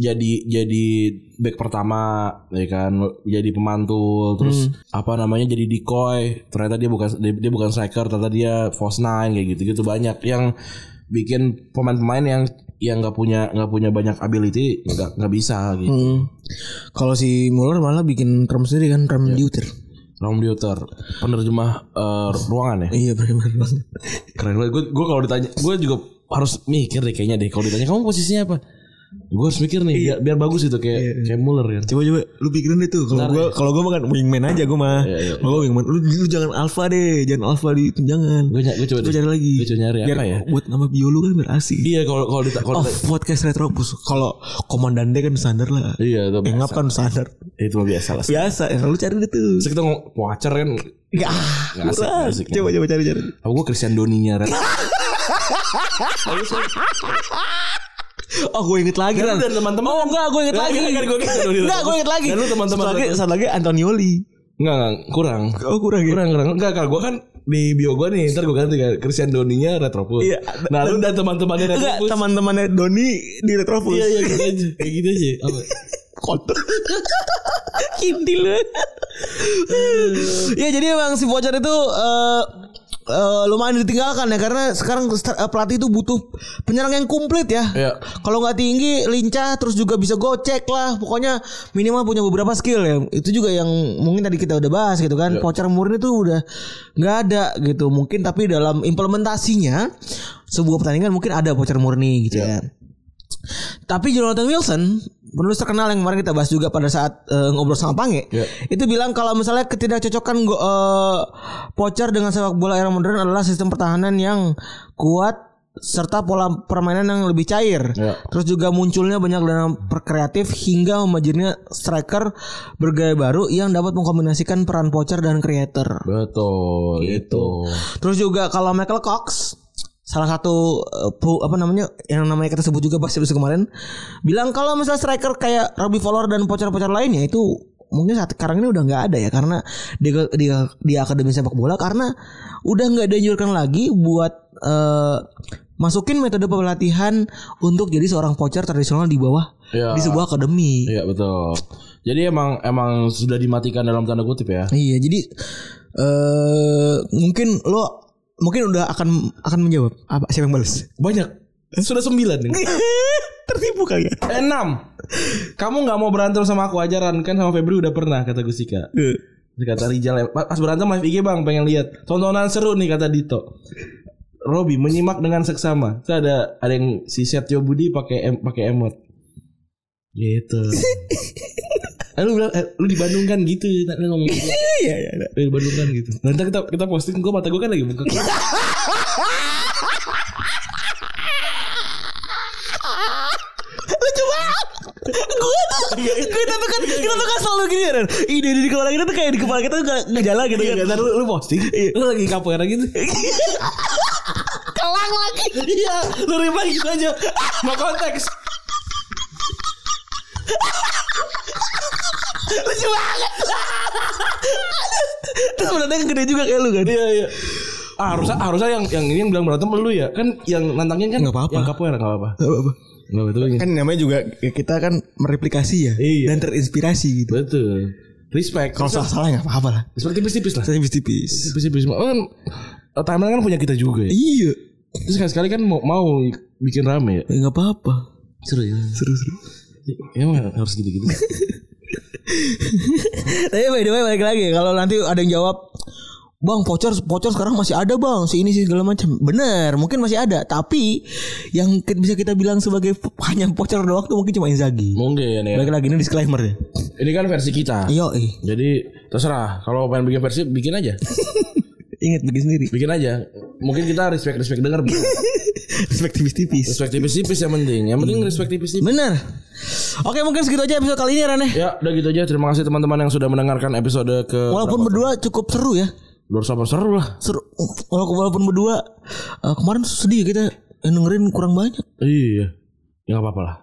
jadi jadi back pertama ya kan jadi pemantul terus apa namanya jadi decoy ternyata dia bukan dia, dia bukan striker ternyata dia false nine kayak gitu gitu banyak yang bikin pemain-pemain yang yang nggak punya nggak punya banyak ability nggak nggak bisa gitu
Hmm. Kalau si Muller malah bikin term sendiri kan term deuter.
Rom Deuter penerjemah eh, ruangan ya
Iya bagaimana banget.
keren banget gue gue kalau ditanya gue juga harus mikir deh kayaknya deh kalau ditanya kamu posisinya apa Gue harus mikir nih biar, biar bagus gitu kayak kayak Muller kan.
Iya. Coba coba lu pikirin deh tuh kalau gua kalau gua makan wingman aja gua mah.
Iya, iya.
Kalau gua wingman lu, lu jangan alpha deh, jangan alpha di itu jangan.
Gua ny- gua coba deh.
cari lagi.
Gua coba nyari
biar,
apa ya?
Buat nama bio lu kan biar asik.
Iya kalau kalau dita- kalau
Oh,
dita-
podcast retropus. Kalau komandan D kan standar lah.
Iya, itu
Engap
biasa.
kan standar.
Itu mah biasa lah.
Biasa, ya, lu cari deh tuh.
Terus kita ngomong wacer kan.
Ya,
Nggak asik, nggak asik.
coba coba cari cari.
Aku gue Christian Doninya Ren.
Oh, gue inget lagi.
Kira dan teman-teman.
Oh, enggak, gue inget
Nah,
lagi.
kan, kan, gue inget dulu.
Enggak, gue inget lagi.
Dan lu teman-teman.
Satu lagi, satu lagi Antonioli.
Enggak, enggak, kurang.
Oh, kurang ya.
Kurang, kurang. Enggak, kalau gue kan di bio gue nih, ntar gue ganti kan Christian Doninya Retropus.
Iya.
Nah, lu dan teman-temannya
Enggak,
Retropus.
teman-temannya Doni di Retropus.
Iya, iya, gitu aja. Kayak gitu aja. Apa?
kotor kintil banget. ya jadi emang si voucher itu eh, eh, lumayan ditinggalkan ya karena sekarang star- eh, pelatih itu butuh penyerang yang komplit ya
Iya.
kalau nggak tinggi lincah terus juga bisa gocek lah pokoknya minimal punya beberapa skill ya itu juga yang mungkin tadi kita udah bahas gitu kan voucher murni itu udah nggak ada gitu mungkin tapi dalam implementasinya sebuah pertandingan mungkin ada voucher murni gitu ya tapi Jonathan Wilson penulis terkenal yang kemarin kita bahas juga pada saat eh, ngobrol sama Pange
Iya.
itu bilang kalau misalnya ketidakcocokan go, eh, Pocher dengan sepak bola era modern adalah sistem pertahanan yang kuat serta pola permainan yang lebih cair.
Iya.
Terus juga munculnya banyak dana perkreatif hingga memajirnya striker bergaya baru yang dapat mengkombinasikan peran Pocher dan creator.
Betul, itu.
Terus juga kalau Michael Cox salah satu eh, pu- apa namanya yang namanya kita sebut juga pas episode kemarin bilang kalau misalnya striker kayak Robbie Fowler dan pocar-pocar lainnya itu mungkin saat sekarang ini udah nggak ada ya karena di di, di akademi sepak bola karena udah nggak dianjurkan lagi buat eh, masukin metode pelatihan untuk jadi seorang pocar tradisional di bawah
Ya.
di sebuah akademi
Iya, betul. Jadi emang emang sudah dimatikan dalam tanda kutip ya.
Iya, jadi eh mungkin lo mungkin udah akan akan menjawab apa siapa yang balas?
Banyak. Sudah sembilan. nih.
Tertipu kali ya.
Enam. Kamu nggak mau berantem sama aku aja Ran kan sama Febri udah pernah kata Gusika.
Iya,
Terus Kata Rijal pas berantem live IG bang pengen lihat tontonan seru nih kata Dito. Robi menyimak dengan seksama. Terus ada ada yang si Setio Budi pakai em, pakai emot. Gitu. Eh, lu bilang eh, lu di Bandung kan gitu tadi ngomong gitu.
Iya, iya. iya.
Lu di Bandung kan gitu. Nanti kita kita posting gua mata gua kan lagi buka.
Lucu banget. Gue tuh,
Iya,
gue tuh kan, kita tuh kan selalu gini ya, Ren. Ide di kepala kita tuh kayak di kepala kita tuh gak, nggak jalan gitu kan.
Iya, ntar lu, lu posting. Lu lagi kapoeira gitu.
Kelang lagi.
Iya, lu reply gitu aja. No konteks.
Lucu banget. Terus sebenarnya yang gede juga kayak lu kan.
Iya iya. Ah, harusnya harusnya yang yang ini yang bilang berantem lu ya. Kan yang nantangin kan
Nggak apa-apa.
Yang kapoeira enggak apa-apa.
apa
Enggak betul.
Kan namanya juga kita kan mereplikasi ya
Iya.
dan terinspirasi gitu.
Betul. Respect.
Kalau salah-salah nggak apa-apa lah.
respect tipis-tipis lah.
Saya tipis-tipis.
Tipis-tipis. Oh, kan eh, timeline kan punya kita juga ya.
Iya.
Terus sekali-sekali kan mau, mau bikin rame ya.
Ya, nggak apa-apa.
Seru ya.
Seru seru.
Emang Iya, harus gitu-gitu.
Tapi by the way balik lagi kalau nanti ada yang jawab Bang voucher voucher sekarang masih ada bang si ini sih segala macam bener mungkin masih ada tapi yang ki- bisa kita bilang sebagai p- hanya voucher doang tuh mungkin cuma Inzaghi
Mungkin ya.
balik lagi ini disclaimer ya
Ini kan versi kita.
yo eh.
Jadi terserah kalau pengen bikin versi bikin aja.
ingat bikin sendiri
Bikin aja. Mungkin kita respect-respect denger.
respect tipis-tipis
Respect tipis-tipis yang penting. Yang penting respect tipis-tipis.
bener oke mungkin segitu aja episode kali ini Rane
Ya, udah gitu aja. Terima kasih teman-teman yang sudah mendengarkan episode ke
walaupun berdua cukup seru ya
luar sama seru lah.
seru walaupun walaupun berdua eh, kemarin sedih ya kita yang dengerin kurang banyak
Iya. Ya enggak apa-apa lah.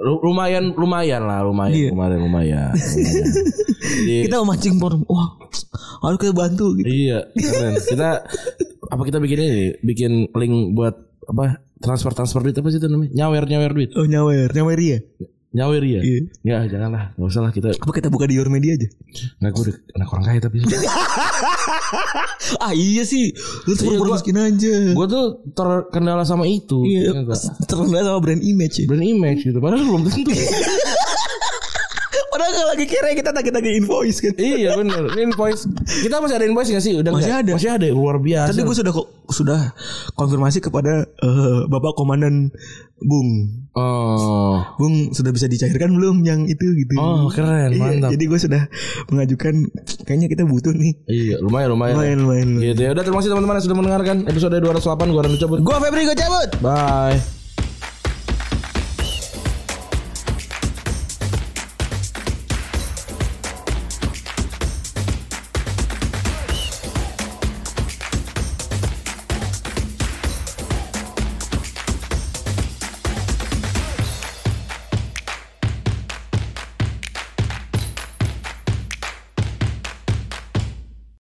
Lu- Lumayan lumayan lah, lumayan
Iya.
kemarin lumayan. lumayan. Jadi,
kita memancing por wah harus kita bantu gitu
iya, keren. Kita apa kita bikin ini? Bikin link buat apa? Transfer transfer duit apa sih itu namanya? Nyawer nyawer duit.
Oh nyawer, nyawer
iya.
ya?
Nyawer ya?
Iya.
Ya janganlah, nggak usah lah kita
Apa kita buka di Your Media aja?
nggak gue udah anak orang kaya tapi
Ah iya sih, lu tuh pura-pura miskin aja.
gue tuh terkendala sama itu.
Iya,
Ingat nggak?
terkenal sama brand image ya.
Brand image gitu. Padahal belum tentu.
Oh Padahal kalau lagi kira kita tagih-tagih invoice kan.
iya bener Ini invoice Kita masih ada invoice gak sih? Udah
Masih
nggak?
ada.
Masih ada ya? Luar biasa
Tadi gue sudah ko- sudah konfirmasi kepada eh, Bapak Komandan Bung.
Oh
Bung sudah bisa dicairkan belum yang itu gitu.
Oh, keren,
Iya,
mantap.
Jadi gue sudah mengajukan kayaknya kita butuh nih.
Iya lumayan lumayan
Lumayan, lumayan, lumayan.
Gitu ya Udah terima kasih teman-teman yang sudah mendengarkan Episode 208 Gue Randu cabut
Gue Febri gue cabut.
Bye